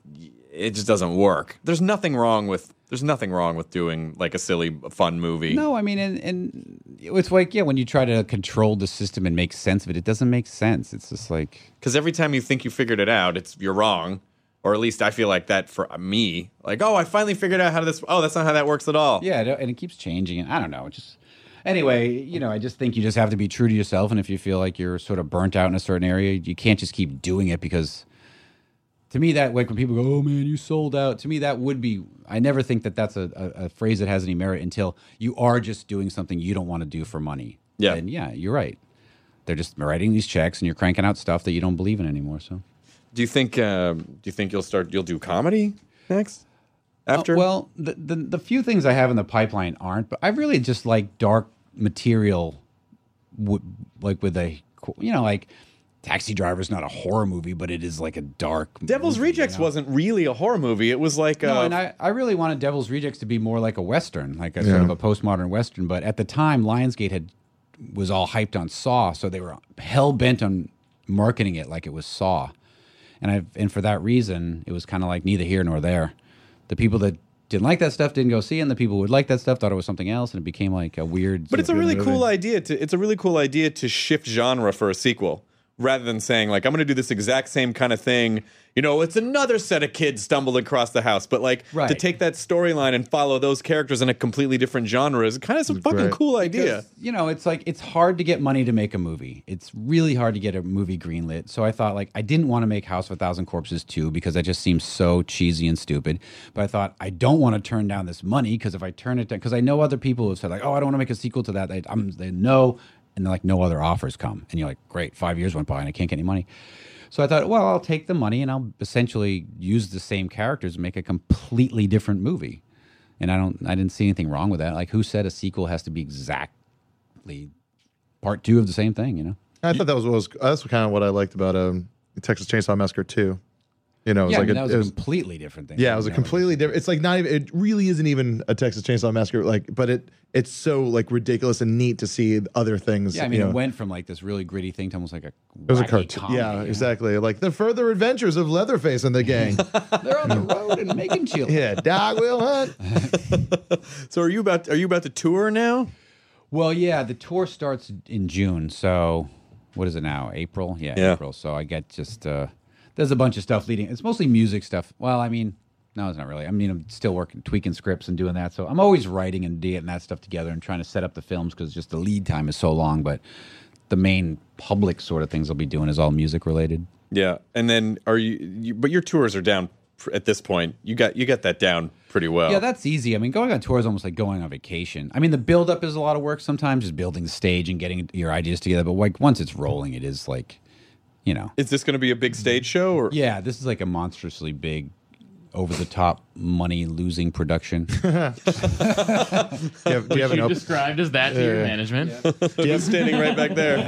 Speaker 4: it just doesn't work. There's nothing wrong with there's nothing wrong with doing like a silly fun movie.
Speaker 6: No, I mean, and, and it's like, yeah, when you try to control the system and make sense of it, it doesn't make sense. It's just like,
Speaker 4: because every time you think you figured it out, it's you're wrong, or at least I feel like that for me. Like, oh, I finally figured out how this. Oh, that's not how that works at all.
Speaker 6: Yeah, it- and it keeps changing. And I don't know. It just anyway, you know, I just think you just have to be true to yourself. And if you feel like you're sort of burnt out in a certain area, you can't just keep doing it because. To me, that like when people go, "Oh man, you sold out." To me, that would be. I never think that that's a, a, a phrase that has any merit until you are just doing something you don't want to do for money.
Speaker 4: Yeah.
Speaker 6: and yeah, you're right. They're just writing these checks, and you're cranking out stuff that you don't believe in anymore. So
Speaker 4: Do you think? Uh, do you think you'll start? You'll do comedy next? After?
Speaker 6: Uh, well, the, the the few things I have in the pipeline aren't, but I really just like dark material, w- like with a qu- you know like Taxi Driver's not a horror movie, but it is like a dark.
Speaker 4: Devil's
Speaker 6: movie,
Speaker 4: Rejects
Speaker 6: you know?
Speaker 4: wasn't really a horror movie. It was like
Speaker 6: No,
Speaker 4: uh,
Speaker 6: and I, I really wanted Devil's Rejects to be more like a western, like a sort of a postmodern western. But at the time, Lionsgate had was all hyped on Saw, so they were hell bent on marketing it like it was Saw, and I and for that reason, it was kind of like neither here nor there. The people that didn't like that stuff didn't go see, it, and the people who would like that stuff thought it was something else, and it became like a weird.
Speaker 4: but it's a really cool idea to it's a really cool idea to shift genre for a sequel rather than saying like i'm going to do this exact same kind of thing you know it's another set of kids stumbled across the house but like to
Speaker 6: Right.
Speaker 4: take that storyline and follow those characters in a completely different genre is kind of some fucking
Speaker 8: great.
Speaker 4: cool idea
Speaker 6: you know, it's like it's hard to get money to make a movie. It's really hard to get a movie greenlit. So I thought like I didn't want to make House of a Thousand Corpses 2 because that just seems so cheesy and stupid. But I thought I don't want to turn down this money because if I turn it down because I know other people have said like, "Oh, I don't want to make a sequel to that." They I'm they know and like no other offers come. And you're like, "Great, 5 years went by and I can't get any money." So I thought, well, I'll take the money and I'll essentially use the same characters and make a completely different movie. And I don't I didn't see anything wrong with that. Like who said a sequel has to be exact the part two of the same thing, you know?
Speaker 8: I thought that was what was that's kind of what I liked about um, Texas Chainsaw Massacre Two. You know, it was
Speaker 6: yeah, I
Speaker 8: like
Speaker 6: mean,
Speaker 8: a-
Speaker 6: that was
Speaker 8: it
Speaker 6: a
Speaker 8: was-
Speaker 6: completely different thing.
Speaker 8: Yeah, it was a completely different. It's like not even. It really isn't even a Texas Chainsaw Massacre. Like, but it it's so like ridiculous and neat to see other things.
Speaker 6: Yeah, I
Speaker 8: you
Speaker 6: mean,
Speaker 8: know.
Speaker 6: it went from like this really gritty thing to almost like a. It
Speaker 8: It was a cartoon. yeah, exactly. Like the further adventures of Leatherface and the gang.
Speaker 6: They're on the road and making chili.
Speaker 8: yeah, dog will hunt.
Speaker 4: so are you about are you about to tour now
Speaker 6: Well, yeah, the tour starts in June. So what is it now? April? Yeah,
Speaker 4: Yeah.
Speaker 6: April. So I get just, uh, there's a bunch of stuff leading. It's mostly music stuff. Well, I mean, no, it's not really. I mean, I'm still working, tweaking scripts and doing that. So I'm always writing and getting that stuff together and trying to set up the films because just the lead time is so long. But the main public sort of things I'll be doing is all music related.
Speaker 4: yeah and then are you, you but your tours are down pr- at this point you got you got that down pretty well
Speaker 6: Yeah, that's easy. I mean, going on tour is almost like going on vacation. I mean, the build up is a lot of work sometimes, just building the stage and getting your ideas together. But like once it's rolling, it is like, you know,
Speaker 4: is this going to be a big stage show or
Speaker 6: yeah, this is like a monstrously big, over the top, money losing production.
Speaker 8: Do you have, do you have
Speaker 7: Which
Speaker 8: an
Speaker 7: you
Speaker 8: op-
Speaker 7: described as that to your management.
Speaker 4: he's standing right back there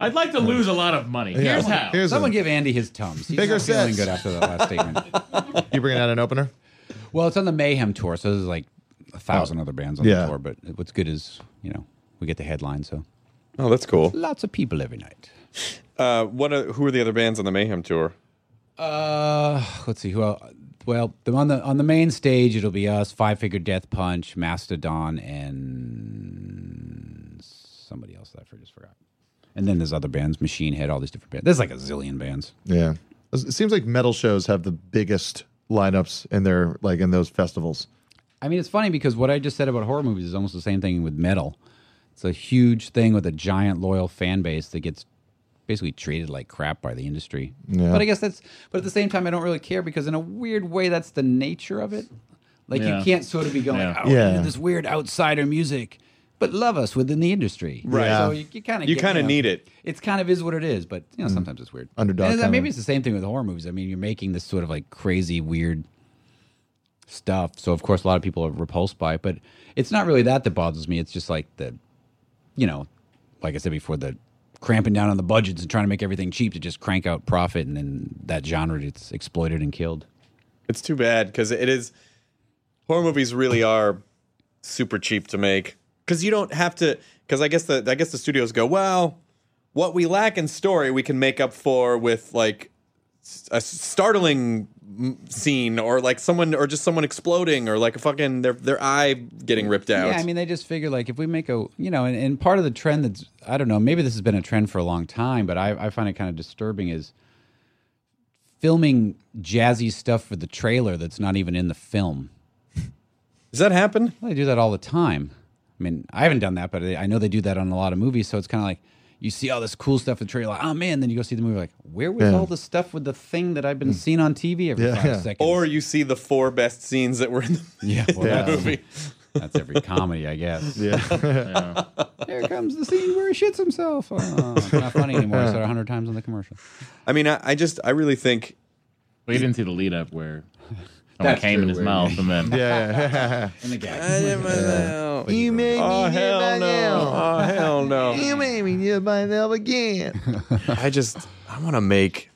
Speaker 7: I'd like to lose a lot of money. Here's how.
Speaker 8: Here's
Speaker 6: Someone
Speaker 8: a-
Speaker 6: give Andy his tums. He's
Speaker 8: Bigger
Speaker 6: not feeling
Speaker 8: sets.
Speaker 6: good after that last statement.
Speaker 8: you bringing out an opener?
Speaker 6: Well, it's on the Mayhem tour, so there's like a thousand other bands on
Speaker 8: Oh, Yeah.
Speaker 6: the tour. But what's good is you know we get the headline, so
Speaker 4: oh that's cool
Speaker 6: lots of people every night.
Speaker 4: Uh, what? Are, who are the other bands on the Mayhem tour?
Speaker 6: Uh, let's see who. Else? Well, the, on the on the main stage, it'll be us, Five Figure Death Punch, Mastodon, and somebody else that I for- just forgot. And then there's other bands, Machine Head, all these different bands. There's like a zillion bands.
Speaker 8: Yeah. It seems like metal shows have the biggest lineups in their like in those festivals.
Speaker 6: I mean, it's funny because what I just said about horror movies is almost the same thing with metal. It's a huge thing with a giant loyal fan base that gets basically treated like crap by the industry. But I guess that's but at the same time I don't really care because in a weird way that's the nature of it. Like
Speaker 7: Yeah.
Speaker 6: you can't sort of be going,
Speaker 7: Yeah.
Speaker 6: Oh,
Speaker 8: Yeah.
Speaker 6: yeah. this weird outsider music. but love us within the industry.
Speaker 8: Right. Yeah.
Speaker 6: So you, you kind of
Speaker 4: You kinda need it.
Speaker 6: It's kind of is what it is, but you know sometimes it's weird.
Speaker 8: Underdog
Speaker 6: And then
Speaker 8: kinda.
Speaker 6: maybe it's the same thing with horror movies. I mean, you're making this sort of like crazy weird stuff, so of course a lot of people are repulsed by it. But it's not really that that bothers me. It's just like the, you know, like I said before, the cramping down on the budgets and trying to make everything cheap to just crank out profit, and then that genre gets exploited and killed.
Speaker 4: It's too bad because it is horror movies really are super cheap to make because you don't have to because I guess the I guess the studios go well what we lack in story we can make up for with like s- a startling m- scene or like someone or just someone exploding or like a fucking their their eye getting ripped out.
Speaker 6: Yeah, I mean, they just figure like if we make a, you know, and, and part of the trend that's, I don't know, maybe this has been a trend for a long time, but I, I find it kind of disturbing is filming jazzy stuff for the trailer that's not even in the film.
Speaker 4: Does that happen?
Speaker 6: Well, they do that all the time. I mean, I haven't done that, but I I know they do that on a lot of movies. So it's kind of like you see all this cool stuff in the trailer, like, oh man, then you go see the movie, like, where was all the stuff with the thing that I've been seeing on TV every
Speaker 8: Hmm. Yeah,
Speaker 6: five
Speaker 8: yeah.
Speaker 6: seconds?
Speaker 4: Or you see the four best scenes that were in the
Speaker 6: yeah, well,
Speaker 8: Yeah.
Speaker 6: That's,
Speaker 4: movie.
Speaker 6: that's every comedy, I guess.
Speaker 8: Yeah.
Speaker 6: Here comes the scene where he shits himself. Oh, it's not funny anymore. I said a hundred times on the commercial.
Speaker 4: I mean, I, I just I really think
Speaker 7: Well, you didn't see the lead up where someone
Speaker 6: That's
Speaker 7: came in
Speaker 6: true,
Speaker 7: his
Speaker 6: where-
Speaker 7: mouth and then
Speaker 8: yeah.
Speaker 6: And the gag.
Speaker 8: you made
Speaker 4: oh
Speaker 8: me here by
Speaker 4: hell no!
Speaker 8: now.
Speaker 4: Oh hell no!
Speaker 8: You made me here by now again.
Speaker 4: I just I want to make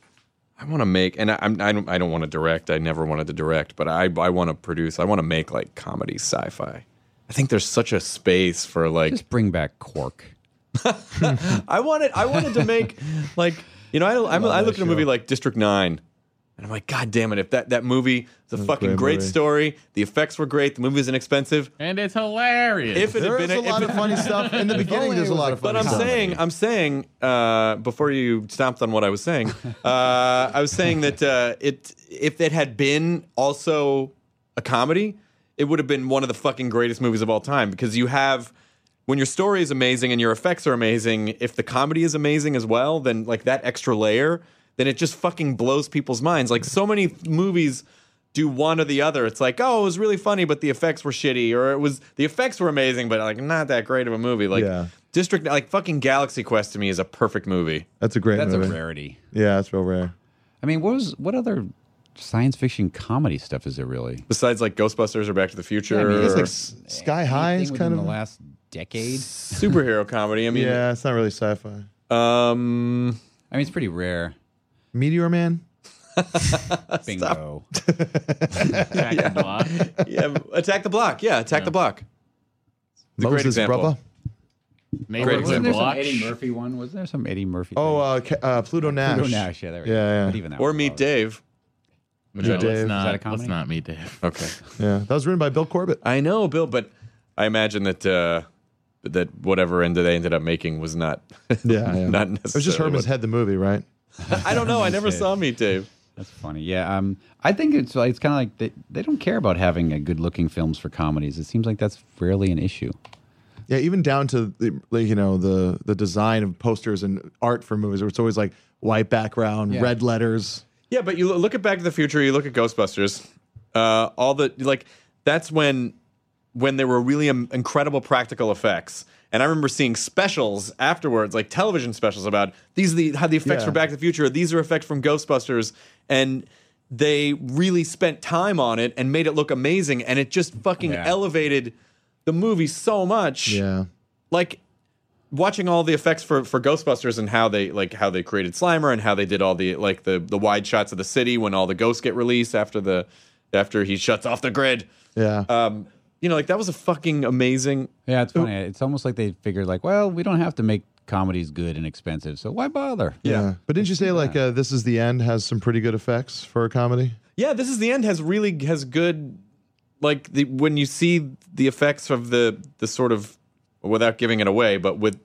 Speaker 4: I want to make and I, I'm I don't I don't want to direct. I never wanted to direct, but I I want to produce. I want to make like comedy sci-fi. I think there's such a space for like
Speaker 6: Just bring back Quark.
Speaker 4: I wanted I wanted to make like you know I I'm, I look at a movie like District Nine. And I'm like, God damn it! If that, that movie, the fucking
Speaker 8: great
Speaker 4: great
Speaker 8: movie.
Speaker 4: story, the effects were great, the movie was inexpensive.
Speaker 7: and it's hilarious.
Speaker 4: If it
Speaker 8: There
Speaker 4: had
Speaker 8: is
Speaker 4: been
Speaker 8: a
Speaker 4: if
Speaker 8: lot
Speaker 4: it-
Speaker 8: of funny stuff. In the beginning, there's a lot of
Speaker 4: But
Speaker 8: funny
Speaker 4: I'm
Speaker 8: stuff.
Speaker 4: saying, I'm saying, uh, before you stomped on what I was saying, uh, I was saying that uh, it, if it had been also a comedy, it would have been one of the fucking greatest movies of all time because you have. When your story is amazing and your effects are amazing, if the comedy is amazing as well, then like that extra layer, then it just fucking blows people's minds. Like so many movies do one or the other. It's like, oh, it was really funny, but the effects were shitty, or it was the effects were amazing, but like not that great of a movie. Like
Speaker 8: Yeah.
Speaker 4: District, like fucking Galaxy Quest to me is a perfect movie.
Speaker 8: That's a great
Speaker 6: That's a
Speaker 8: movie.
Speaker 6: rarity.
Speaker 8: Yeah, that's real rare.
Speaker 6: I mean, what was what other science fiction comedy stuff is there really?
Speaker 4: Besides like Ghostbusters or Back to the Future,
Speaker 6: I mean,
Speaker 8: It's
Speaker 4: or
Speaker 8: like s- Sky High is
Speaker 6: Anything within
Speaker 8: kind
Speaker 6: the
Speaker 8: of.
Speaker 6: last decade.
Speaker 4: superhero comedy. I mean,
Speaker 8: yeah, it's not really sci fi.
Speaker 4: um,
Speaker 6: I mean, it's pretty rare.
Speaker 8: Meteor Man?
Speaker 6: Bingo.
Speaker 7: Jack and Block.
Speaker 4: yeah, Attack the Block. Yeah, Attack the Block. It's a great
Speaker 8: Moses
Speaker 4: example.
Speaker 8: Brother?
Speaker 4: Wasn't
Speaker 7: Neighborhood
Speaker 6: Wasn't there some
Speaker 7: Block.
Speaker 6: Eddie Murphy one? Wasn't there some Eddie Murphy?
Speaker 8: Oh, uh, Ca- uh, Pluto Nash.
Speaker 6: thing? Pluto Nash. Oh, Yeah, there we go.
Speaker 8: Yeah, yeah.
Speaker 6: But even that Oh,
Speaker 4: Or
Speaker 6: was
Speaker 4: Meet
Speaker 6: wild.
Speaker 4: Dave.
Speaker 7: No,
Speaker 8: Dave. Is
Speaker 7: let's
Speaker 6: that a
Speaker 7: not,
Speaker 6: comedy?
Speaker 7: let's not meet Dave.
Speaker 4: Okay,
Speaker 8: Yeah, that was written by Bill Corbett.
Speaker 4: I know, Bill, but I imagine that uh, that whatever end they ended up making was not
Speaker 8: Yeah, yeah.
Speaker 4: not
Speaker 8: It was just
Speaker 4: necessarily.
Speaker 8: Herman's
Speaker 4: what-
Speaker 8: Head, the movie, right?
Speaker 4: I don't know. I never saw Meet Dave.
Speaker 6: That's funny. Yeah, um, I think it's like, it's kind of like they, they don't care about having a good looking films for comedies. It seems like that's rarely an issue.
Speaker 8: Yeah, even down to the, like, you know the the design of posters and art for movies, where it's always like white background,
Speaker 6: Yeah.
Speaker 8: red letters.
Speaker 4: Yeah, but you lo- look at Back to the Future, you look at Ghostbusters, uh, all the like that's when when there were really um, incredible practical effects. And I remember seeing specials afterwards, like television specials about these are the how the effects
Speaker 8: Yeah.
Speaker 4: for Back to the Future, these are effects from Ghostbusters, and they really spent time on it and made it look amazing, and it just fucking
Speaker 6: Yeah.
Speaker 4: elevated the movie so much
Speaker 8: Yeah,
Speaker 4: like watching all the effects for for Ghostbusters and how they like how they created Slimer and how they did all the like the the wide shots of the city when all the ghosts get released after the after he shuts off the grid.
Speaker 8: yeah.
Speaker 4: Um, you know, like that was a fucking amazing.
Speaker 6: Yeah, it's funny. It's almost like they figured, like, well, we don't have to make comedies good and expensive, so why bother?
Speaker 8: yeah. But didn't you say like uh, "This Is the End" has some pretty good effects for a comedy?
Speaker 4: Yeah, this is the end has really has good like the when you see the effects of the the sort of without giving it away, but with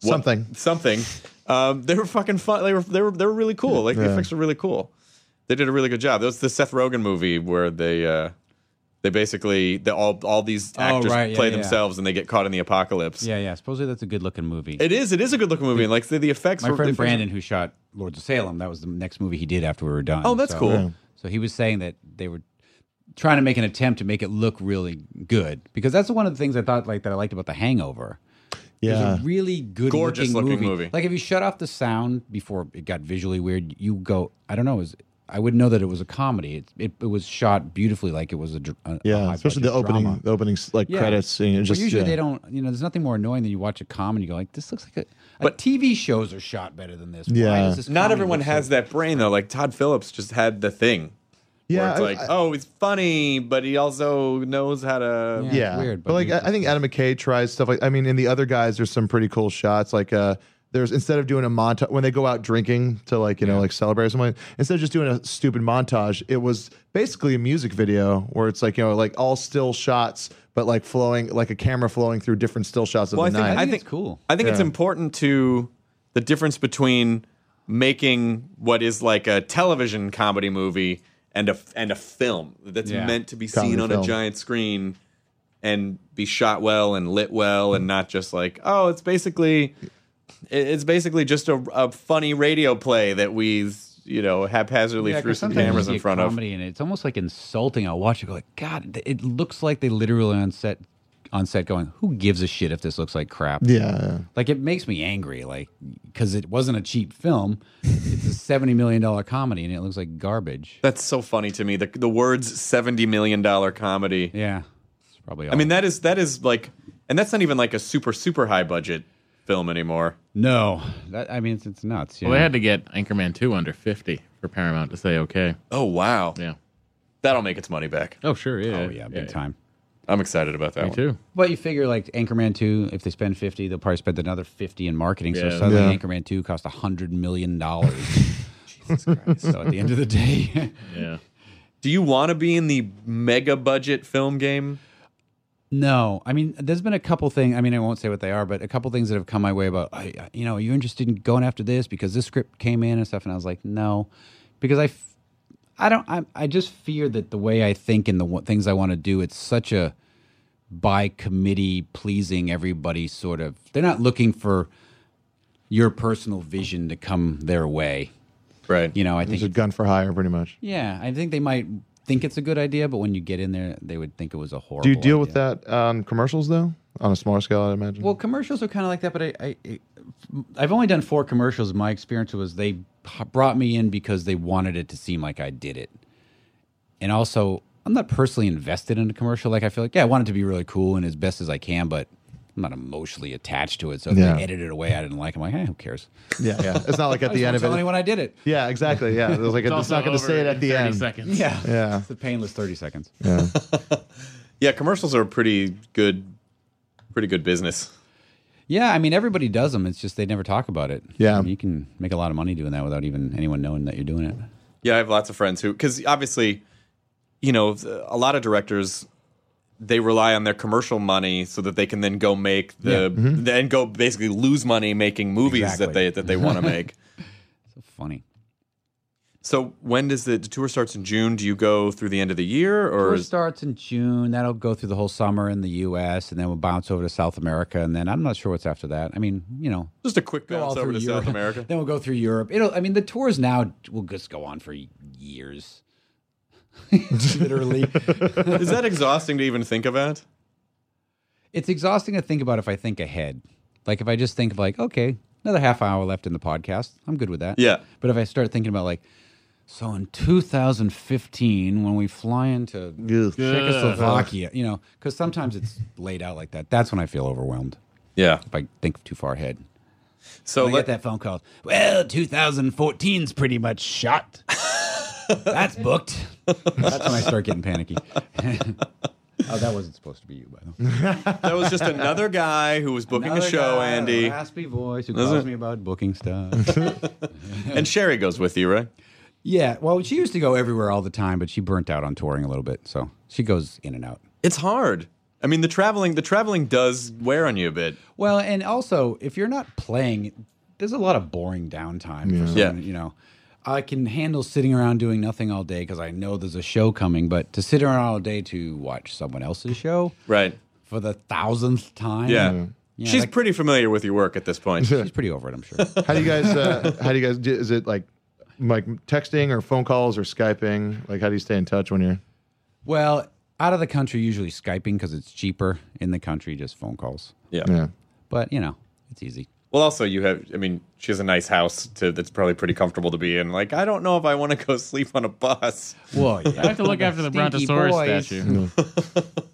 Speaker 4: what-
Speaker 8: Something.
Speaker 4: something. Um, they were fucking fun. They were they were they were really cool. Like the
Speaker 8: Yeah.
Speaker 4: effects were really cool. They did a really good job. That was the Seth Rogen movie where they uh, they basically the, all all these actors
Speaker 6: Oh, right. Yeah,
Speaker 4: play
Speaker 6: yeah.
Speaker 4: themselves and they get caught in the apocalypse.
Speaker 6: yeah, yeah. Supposedly that's a good looking movie.
Speaker 4: It is it is a good looking movie and like the, the effects.
Speaker 6: My
Speaker 4: were, the
Speaker 6: friend
Speaker 4: effects-
Speaker 6: Brandon, who shot Lords of Salem, that was the next movie he did after we were done.
Speaker 4: Oh, that's
Speaker 6: So-
Speaker 4: cool.
Speaker 8: Yeah.
Speaker 6: So he was saying that they were trying to make an attempt to make it look really good because that's one of the things I thought like that I liked about The Hangover.
Speaker 8: Yeah.
Speaker 6: There's a really good
Speaker 4: Gorgeous
Speaker 6: looking
Speaker 4: looking
Speaker 6: movie.
Speaker 4: movie.
Speaker 6: Like if you shut off the sound before it got visually weird, you go, I don't know, is I wouldn't know that it was a comedy. It it, it was shot beautifully, like it was a, dr- a a
Speaker 8: Yeah,
Speaker 6: high
Speaker 8: especially the
Speaker 6: budget
Speaker 8: opening,
Speaker 6: drama.
Speaker 8: the opening like
Speaker 6: Yeah.
Speaker 8: credits. And it
Speaker 6: But
Speaker 8: just
Speaker 6: usually
Speaker 8: yeah.
Speaker 6: they don't. You know, there's nothing more annoying than you watch a comedy. You go like, this looks like a. But
Speaker 4: But-
Speaker 6: TV shows are shot better than this. Why
Speaker 8: Yeah.
Speaker 6: does this
Speaker 4: Not
Speaker 6: comedy
Speaker 4: everyone
Speaker 6: look
Speaker 4: has
Speaker 6: so-
Speaker 4: that brain though. Like Todd Phillips just had the thing.
Speaker 8: Yeah,
Speaker 4: where it's
Speaker 8: I-
Speaker 4: like,
Speaker 8: I-
Speaker 4: oh, it's funny, but he also knows how to.
Speaker 6: Yeah.
Speaker 8: yeah,
Speaker 6: It's weird,
Speaker 8: but,
Speaker 6: but
Speaker 8: like
Speaker 6: he's
Speaker 8: I, I think Adam McKay tries stuff like I mean, in the other guys, there's some pretty cool shots. Like uh, there's instead of doing a montage when they go out drinking to like you know like celebrate or something, instead of just doing a stupid montage, it was basically a music video where it's like you know like all still shots, but like flowing like a camera flowing through different still shots of
Speaker 4: Well, I
Speaker 8: the
Speaker 4: think,
Speaker 8: night.
Speaker 4: I
Speaker 6: think
Speaker 4: think
Speaker 6: it's cool.
Speaker 4: I think it's important to the difference between making what is like a television comedy movie and a and a film that's
Speaker 6: Yeah.
Speaker 4: meant to be
Speaker 8: Comedy
Speaker 4: seen on
Speaker 8: film.
Speaker 4: a giant screen and be shot well and lit well and not just like oh it's basically it- it's basically just a, a funny radio play that we you know haphazardly
Speaker 6: Yeah,
Speaker 4: threw
Speaker 6: 'cause
Speaker 4: some
Speaker 6: sometimes you
Speaker 4: cameras
Speaker 6: see
Speaker 4: in
Speaker 6: a
Speaker 4: front of
Speaker 6: comedy and it's almost like insulting. I'll watch it go like, God, th- it looks like they literally on set on set going, who gives a shit if this looks like crap?
Speaker 8: yeah, yeah.
Speaker 6: Like it makes me angry, like because it wasn't a cheap film. it's a seventy million dollar comedy and it looks like garbage.
Speaker 4: that's so funny to me the, the words 70 million dollar comedy
Speaker 6: Yeah, it's probably. All.
Speaker 4: I mean, that is that is like, and that's not even like a super super high budget film anymore.
Speaker 6: no, that I mean it's, it's nuts. Yeah.
Speaker 7: Well, they had to get Anchorman 2 under 50 for Paramount to say okay.
Speaker 4: Oh wow,
Speaker 7: Yeah.
Speaker 4: that'll make its money back.
Speaker 7: Oh, sure. Yeah.
Speaker 6: oh yeah, big time.
Speaker 4: I'm excited about that.
Speaker 7: Me
Speaker 4: one.
Speaker 7: too.
Speaker 6: But you figure like Anchorman two, if they spend fifty, they'll probably spend another fifty in marketing. So
Speaker 7: Yeah.
Speaker 6: suddenly
Speaker 8: Yeah.
Speaker 6: Anchorman two cost hundred million dollars. Jesus Christ! So at the end of the day,
Speaker 7: Yeah.
Speaker 4: Do you want to be in the mega budget film game?
Speaker 6: no. I mean, there's been a couple things. I mean, I won't say what they are, but a couple things that have come my way about, I, I- you know, are you interested in going after this because this script came in and stuff? And I was like, no, because I, f- I don't. I I just fear that the way I think and the wa- things I want to do, it's such a by committee pleasing everybody sort of. They're not looking for your personal vision to come their way.
Speaker 4: Right.
Speaker 6: You know, I
Speaker 8: It's
Speaker 6: think
Speaker 8: a gun for hire, pretty much.
Speaker 6: yeah, I think they might think it's a good idea, but when you get in there, they would think it was a horrible.
Speaker 8: Do you deal with
Speaker 6: idea.
Speaker 8: that on commercials though? On a smaller scale, I imagine.
Speaker 6: Well, commercials are kind of like that, but I, I, I- I've only done four commercials. My experience was they p- brought me in because they wanted it to seem like I did it, and also I'm not personally invested in a commercial. Like I feel like yeah, I want it to be really cool and as best as I can, but I'm not emotionally attached to it. So if
Speaker 8: Yeah.
Speaker 6: they edited it away I didn't like, I'm like, hey, who cares?
Speaker 8: yeah, yeah. It's not like at
Speaker 6: I just
Speaker 8: the end
Speaker 6: won't
Speaker 8: of
Speaker 6: tell
Speaker 8: it.
Speaker 6: anyone I did it.
Speaker 8: Yeah, exactly. Yeah, it's like it's,
Speaker 7: also
Speaker 8: not going to
Speaker 7: over
Speaker 8: say it at
Speaker 7: in
Speaker 8: the
Speaker 7: 30
Speaker 8: end.
Speaker 7: seconds.
Speaker 6: Yeah,
Speaker 8: Yeah.
Speaker 6: It's the painless thirty seconds.
Speaker 4: Yeah, commercials are pretty good, pretty good business.
Speaker 6: Yeah, I mean everybody does them. It's just they never talk about it.
Speaker 8: Yeah.
Speaker 6: And you can make a lot of money doing that without even anyone knowing that you're doing it.
Speaker 4: Yeah, I have lots of friends who, because obviously, you know, a lot of directors they rely on their commercial money so that they can then go make the then go basically lose money making movies that
Speaker 6: Exactly.
Speaker 4: they that they want to make.
Speaker 6: So funny.
Speaker 4: So when does the, the tour starts in June? Do you go through the end of the year or
Speaker 6: Tour
Speaker 4: is,
Speaker 6: starts in June. That'll go through the whole summer in the U.S. and then we'll bounce over to South America. And then I'm not sure what's after that. I mean, you know,
Speaker 4: just a quick bounce over to
Speaker 6: Europe.
Speaker 4: South America?
Speaker 6: then we'll go through Europe. It'll. I mean, the tours now will just go on for years. Literally,
Speaker 4: is that exhausting to even think about?
Speaker 6: it's exhausting to think about if I think ahead. Like if I just think of like, okay, another half hour left in the podcast. I'm good with that.
Speaker 4: Yeah.
Speaker 6: But if I start thinking about like, so in 2015 when we fly into Czechoslovakia, you know, because sometimes it's laid out like that. That's when I feel overwhelmed.
Speaker 4: Yeah.
Speaker 6: if I think too far ahead.
Speaker 4: So
Speaker 6: I get
Speaker 4: let,
Speaker 6: that phone call. Well, 2014's pretty much shot. That's booked. That's when I start getting panicky. oh, that wasn't supposed to be you, by the way.
Speaker 4: that was just another guy who was booking a show, Andy.
Speaker 6: Raspy voice who calls me about booking stuff.
Speaker 4: And Sherry goes with you, right?
Speaker 6: yeah, well, she used to go everywhere all the time, but she burnt out on touring a little bit, so she goes in and out.
Speaker 4: It's hard. I mean, the traveling the traveling does wear on you a bit.
Speaker 6: Well, and also if you're not playing, there's a lot of boring downtime for someone,
Speaker 4: Yeah.
Speaker 6: you know. I can handle sitting around doing nothing all day because I know there's a show coming, but to sit around all day to watch someone else's show
Speaker 4: Right.
Speaker 6: for the thousandth time.
Speaker 4: Yeah.
Speaker 6: Yeah,
Speaker 4: She's
Speaker 6: that-
Speaker 4: pretty familiar with your work at this point.
Speaker 6: She's pretty over it, I'm sure.
Speaker 8: How do you guys? Uh, how do you guys? Do, is it like like texting or phone calls or skyping? Like how do you stay in touch when you're?
Speaker 6: Well, out of the country, usually Skyping because it's cheaper. In the country, just phone calls.
Speaker 4: Yeah.
Speaker 8: Yeah.
Speaker 6: But you know, it's easy.
Speaker 4: Well, also you have. I mean, she has a nice house to, that's probably pretty comfortable to be in. Like, I don't know if I want to go sleep on a bus.
Speaker 6: Well,
Speaker 7: I have to look after the
Speaker 6: Stinky
Speaker 7: Brontosaurus
Speaker 6: boys.
Speaker 7: statue.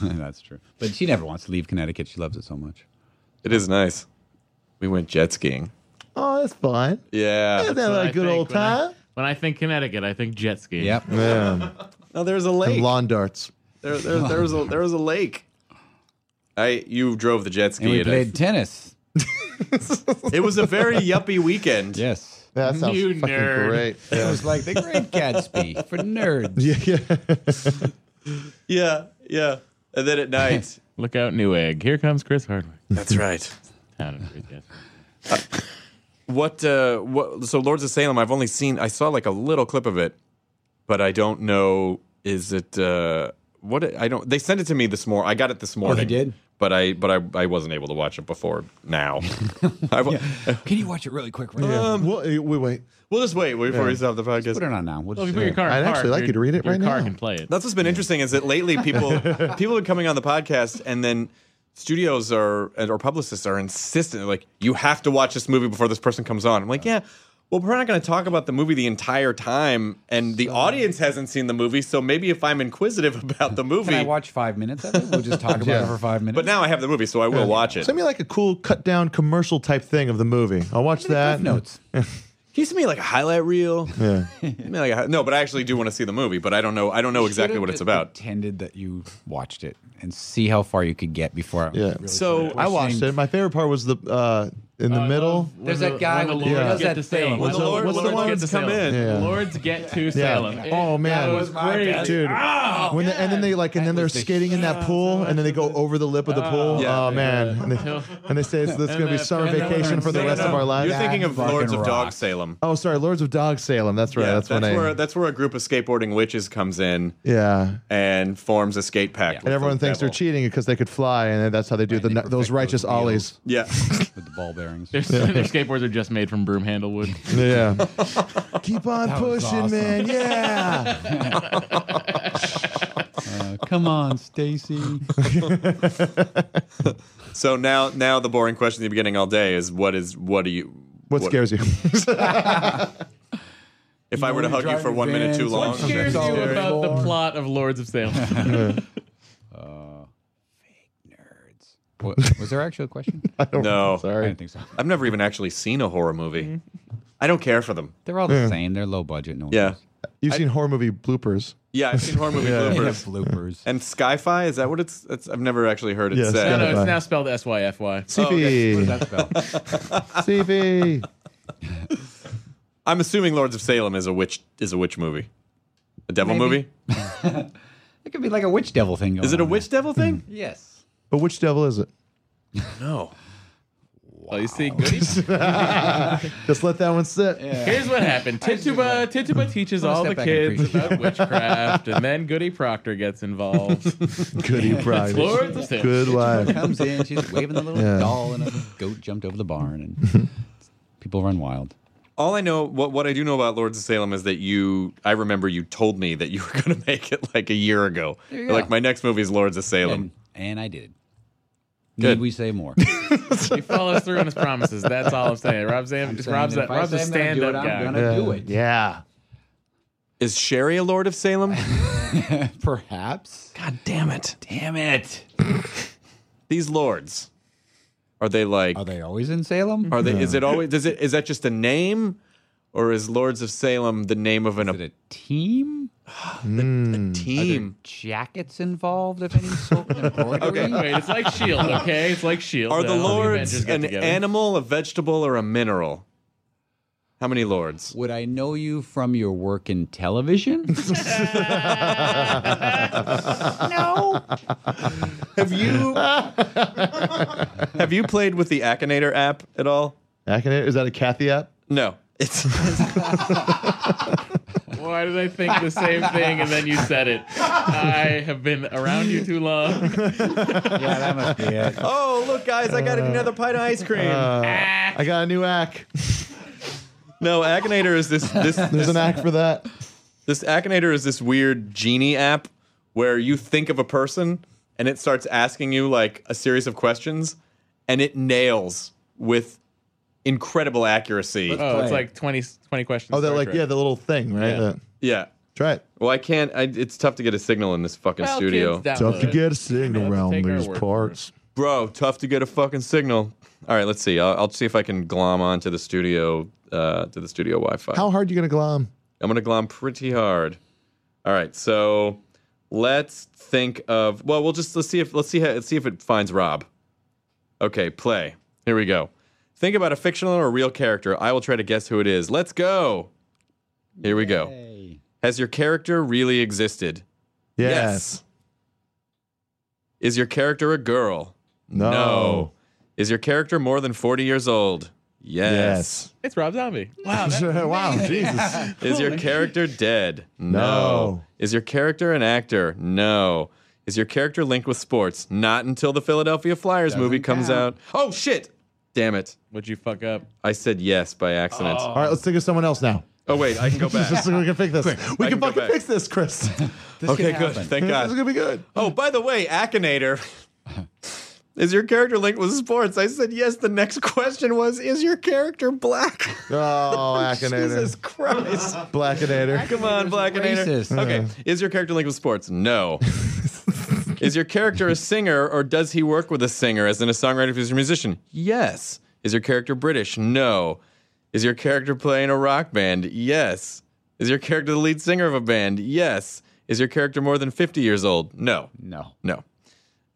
Speaker 6: that's true. But she never wants to leave Connecticut. She loves it so much.
Speaker 4: It is nice. We went jet skiing.
Speaker 8: Oh, that's fine.
Speaker 4: Yeah.
Speaker 8: Isn't that
Speaker 7: what
Speaker 8: like
Speaker 7: I
Speaker 8: a good
Speaker 7: think
Speaker 8: old
Speaker 7: when I-
Speaker 8: time?
Speaker 7: When I think Connecticut, I think jet ski.
Speaker 6: Yep.
Speaker 8: Yeah.
Speaker 4: No, there's a lake.
Speaker 8: And lawn darts.
Speaker 4: There, there, there was a there was a lake. I you drove the jet
Speaker 6: And
Speaker 4: ski.
Speaker 6: we
Speaker 4: and
Speaker 6: played tennis.
Speaker 4: I- it was a very yuppie weekend.
Speaker 6: Yes.
Speaker 8: That sounds
Speaker 7: You
Speaker 8: fucking
Speaker 7: nerd.
Speaker 8: great.
Speaker 6: It was like the Great Gatsby for nerds.
Speaker 8: Yeah, yeah.
Speaker 4: Yeah, yeah. And then at night.
Speaker 7: Look out, Newegg. Here comes Chris Hardwick.
Speaker 4: That's right.
Speaker 7: Town of Great Gatsby.
Speaker 4: What? Uh, what? So Lords of Salem. I've only seen. I saw like a little clip of it, but I don't know. Is it? Uh, what? I don't. They sent it to me this morning. I got it this morning.
Speaker 6: Oh, did?
Speaker 4: But I. But I. I wasn't able to watch it before now. I, wa-
Speaker 6: Can you watch it really quick? Right now?
Speaker 8: Um, well, eh, wait, wait.
Speaker 4: We'll just wait before we stop the podcast.
Speaker 6: Put it on now. We'll
Speaker 7: Well,
Speaker 6: just,
Speaker 7: if you put your car in
Speaker 8: I'd
Speaker 7: park,
Speaker 8: actually like
Speaker 7: your-
Speaker 8: you to read it
Speaker 7: your
Speaker 8: right
Speaker 7: car
Speaker 8: now.
Speaker 7: can play it.
Speaker 4: That's what's been interesting is that lately people people are coming on the podcast and then studios are and or publicists are insistent like you have to watch this movie before this person comes on. I'm like, yeah, well we're not going to talk about the movie the entire time and the audience hasn't seen the movie, so maybe if I'm inquisitive about the movie,
Speaker 6: Can I watch five minutes of it? We'll just talk about
Speaker 8: Yeah.
Speaker 6: it for five minutes.
Speaker 4: but now I have the movie so I will watch it.
Speaker 8: Send me like a cool cut down commercial type thing of the movie. I'll watch that.
Speaker 6: notes.
Speaker 4: Can you send me like a highlight reel?
Speaker 8: Yeah.
Speaker 4: Send me like a hi- no, but I actually do want to see the movie, but I don't know I don't know exactly what it's about.
Speaker 6: Pretended that you watched it and see how far you could get before.
Speaker 8: Yeah.
Speaker 4: So
Speaker 8: I watched it. My favorite part was the uh, in the middle.
Speaker 7: When
Speaker 6: There's
Speaker 7: the-
Speaker 6: that guy
Speaker 7: when the
Speaker 6: with the-
Speaker 7: Lords
Speaker 6: does
Speaker 7: get
Speaker 6: that
Speaker 7: to
Speaker 6: thing.
Speaker 7: Salem.
Speaker 6: When
Speaker 7: I
Speaker 6: the
Speaker 7: love
Speaker 4: Lord- when the
Speaker 7: get
Speaker 4: Lords
Speaker 7: to
Speaker 4: come in.
Speaker 7: Salem.
Speaker 8: Yeah.
Speaker 7: Lords get to
Speaker 8: Yeah.
Speaker 7: Salem. It-
Speaker 8: Oh, man.
Speaker 7: that was
Speaker 8: That was
Speaker 6: my
Speaker 7: great.
Speaker 6: best.
Speaker 8: Dude. Oh, when the, and then they like, and then they're
Speaker 6: was the
Speaker 8: skating in that pool, and then they go over the lip of the pool.
Speaker 4: Yeah.
Speaker 8: oh man! And they, and they say it's, it's going to be
Speaker 7: the-
Speaker 8: summer
Speaker 7: and the-
Speaker 8: vacation for the
Speaker 4: No,
Speaker 8: rest
Speaker 4: no,
Speaker 8: of our lives.
Speaker 4: You're thinking of
Speaker 6: Fucking
Speaker 4: Lords of Dog
Speaker 6: rocks.
Speaker 4: Salem.
Speaker 8: oh, sorry, Lords of Dog Salem. That's right.
Speaker 4: Yeah,
Speaker 8: that's, when
Speaker 4: where
Speaker 8: I.
Speaker 4: that's where a group of skateboarding witches comes in
Speaker 8: yeah.
Speaker 4: and forms a skate pact. with
Speaker 8: And everyone
Speaker 4: the
Speaker 8: thinks they're
Speaker 4: devil.
Speaker 8: cheating because they could fly, and that's how they do
Speaker 6: Right,
Speaker 8: the
Speaker 6: they
Speaker 8: nu- those
Speaker 6: perfect
Speaker 8: righteous
Speaker 6: those
Speaker 8: ollies.
Speaker 4: Yeah,
Speaker 6: with the ball bearings.
Speaker 7: Their, their skateboards are just made from broom handle wood.
Speaker 8: Yeah. Keep on
Speaker 6: was
Speaker 8: pushing,
Speaker 6: awesome.
Speaker 8: man. Yeah.
Speaker 6: Uh, come on, Stacy.
Speaker 4: so now now the boring question you've been getting all day is what is what do you
Speaker 8: What scares you?
Speaker 4: If I were to hug you for one minute too long,
Speaker 6: What scares
Speaker 4: that's
Speaker 6: you
Speaker 4: scary.
Speaker 6: about-
Speaker 7: About the plot of Lords of Salem.
Speaker 6: Nerds. What, was there actually a question? I
Speaker 4: no,
Speaker 8: Sorry.
Speaker 6: didn't think so.
Speaker 4: I've never even actually seen a horror movie.
Speaker 6: Mm-hmm.
Speaker 4: I don't care for them.
Speaker 6: They're all the same. They're low budget. No one
Speaker 4: Yeah,
Speaker 6: cares.
Speaker 8: You've seen horror movie bloopers.
Speaker 4: yeah, I've seen horror movie
Speaker 6: They have
Speaker 4: bloopers
Speaker 6: bloopers.
Speaker 4: and Sci-Fi. Is that what it's? it's I've never actually heard it
Speaker 8: Yeah,
Speaker 4: said.
Speaker 7: no, no,
Speaker 8: Sci-fi.
Speaker 7: it's now spelled S Y F Y.
Speaker 8: E.
Speaker 6: Oh,
Speaker 8: CP.
Speaker 6: That's about-
Speaker 8: CP.
Speaker 4: I'm assuming Lords of Salem is a witch is a witch movie, a devil
Speaker 6: Maybe.
Speaker 4: movie.
Speaker 6: It could be like a witch devil thing. Going
Speaker 4: Is it a
Speaker 6: on
Speaker 4: witch devil thing?
Speaker 6: there. Yes.
Speaker 8: But which devil is it?
Speaker 4: No.
Speaker 7: Oh, you see, goodies.
Speaker 8: Just let that one sit.
Speaker 7: Here's what happened. Tituba Tituba teaches all the
Speaker 6: step back and
Speaker 7: kids about witchcraft, and then Goody Proctor gets involved.
Speaker 8: Goody prize.
Speaker 7: Lords of Salem.
Speaker 8: Good wife.
Speaker 6: Comes in. She's waving a little
Speaker 8: Yeah.
Speaker 6: doll, and a goat jumped over the barn, and people run wild.
Speaker 4: All I know, what what I do know about Lords of Salem is that you, I remember you told me that you were going to make it like a year ago.
Speaker 6: There you
Speaker 4: You're
Speaker 6: go.
Speaker 4: Like my next movie is Lords of Salem.
Speaker 6: And, and I did.
Speaker 4: Good.
Speaker 6: Need we say more?
Speaker 7: He follows through on his promises. That's all I'm saying. Rob Zam just
Speaker 6: saying
Speaker 7: Rob's
Speaker 6: that
Speaker 7: that
Speaker 6: if I
Speaker 7: Rob's a
Speaker 6: say I'm gonna do
Speaker 7: stand
Speaker 6: it,
Speaker 7: up
Speaker 6: I'm
Speaker 7: guy.
Speaker 6: gonna-
Speaker 8: Yeah.
Speaker 6: Do it.
Speaker 8: Yeah.
Speaker 4: Is Sherry a Lord of Salem?
Speaker 6: Perhaps. God damn it! Damn it!
Speaker 4: These lords, are they like?
Speaker 6: Are they always in Salem?
Speaker 4: Are they? Is it always? Does it? Is that just a name, or is Lords of Salem the name of an
Speaker 6: Is it a team?
Speaker 4: a team?
Speaker 6: Jackets involved of any sort? Embroidery?
Speaker 7: Wait, it's like Shield, E okay? It's like Shield.
Speaker 4: Are
Speaker 7: Uh,
Speaker 4: the
Speaker 7: all
Speaker 4: lords
Speaker 7: Avengers get
Speaker 4: an
Speaker 7: together.
Speaker 4: animal, a vegetable, or a mineral? How many lords?
Speaker 6: Would I know you from your work in television? no.
Speaker 4: Have you have you played with the Akinator app at all?
Speaker 8: Akinator, is that a Kathy app?
Speaker 4: No. It's
Speaker 7: Why did I think the same thing and then you said it? I have been around you too long.
Speaker 6: Yeah, that must be it.
Speaker 4: Oh, look, guys, I got another pint of ice cream.
Speaker 8: Uh, I got a new ack.
Speaker 4: no, Akinator is this. this
Speaker 8: There's an ack for that.
Speaker 4: This Akinator is this weird genie app where you think of a person and it starts asking you like a series of questions and it nails with incredible accuracy. Uh,
Speaker 7: Oh, it's like 20, 20 questions.
Speaker 8: Oh, they're
Speaker 7: Star
Speaker 8: like
Speaker 7: Trek.
Speaker 8: yeah, the little thing, right? That-
Speaker 4: yeah.
Speaker 8: try it.
Speaker 4: Well, I can't. I, it's tough to get a signal in this fucking
Speaker 7: Well,
Speaker 4: studio.
Speaker 7: kids,
Speaker 8: Tough
Speaker 7: download
Speaker 8: to
Speaker 7: it.
Speaker 8: get a signal
Speaker 7: Let's
Speaker 8: around
Speaker 7: take our
Speaker 8: these
Speaker 7: word for it.
Speaker 8: parts.
Speaker 4: Bro, tough to get a fucking signal. All right, let's see. I'll, I'll see if I can glom onto the studio, uh, to the studio Wi-Fi.
Speaker 8: How hard you gonna glom?
Speaker 4: I'm gonna glom pretty hard. All right, so let's think of. Well, we'll just let's see if let's see how, let's see if it finds Rob. Okay, play. Here we go. Think about a fictional or real character. I will try to guess who it is. Let's go. Here we go.
Speaker 6: Hey.
Speaker 4: Has your character really existed?
Speaker 8: Yes.
Speaker 4: Is your character a girl?
Speaker 8: No.
Speaker 4: Is your character more than 40 years old? Yes.
Speaker 7: It's Rob Zombie. Wow.
Speaker 8: Yes. wow. Jesus.
Speaker 4: Is your character dead?
Speaker 8: No.
Speaker 4: Is your character an actor? No. Is your character linked with sports? Not until the Philadelphia Flyers movie comes out. Oh shit. Damn it.
Speaker 7: Would you fuck up?
Speaker 4: I said yes by accident. Oh,
Speaker 8: All right, let's think of someone else now.
Speaker 4: wait, I can go
Speaker 8: Just
Speaker 4: back.
Speaker 8: so we can fix this. we
Speaker 4: I
Speaker 8: can,
Speaker 4: can go
Speaker 8: fucking
Speaker 4: back.
Speaker 8: fix this, Chris.
Speaker 4: okay, good. Thank
Speaker 8: This is
Speaker 4: God.
Speaker 8: gonna be good.
Speaker 4: Oh, by the way, Akinator. Is your character linked with sports? I said yes. The next question was, is your character black?
Speaker 8: Oh,
Speaker 4: Jesus
Speaker 8: Akinator,
Speaker 4: Christ.
Speaker 8: Blackinator.
Speaker 4: Come on, Blackinator.
Speaker 6: racist.
Speaker 4: Okay. Is your character linked with sports? No. is your character a singer or does he work with a singer as in a songwriter, producer, musician? Yes. Is your character British? No. Is your character playing a rock band? Yes. Is your character the lead singer of a band? Yes. Is your character more than 50 years old? No.
Speaker 6: No.
Speaker 4: No.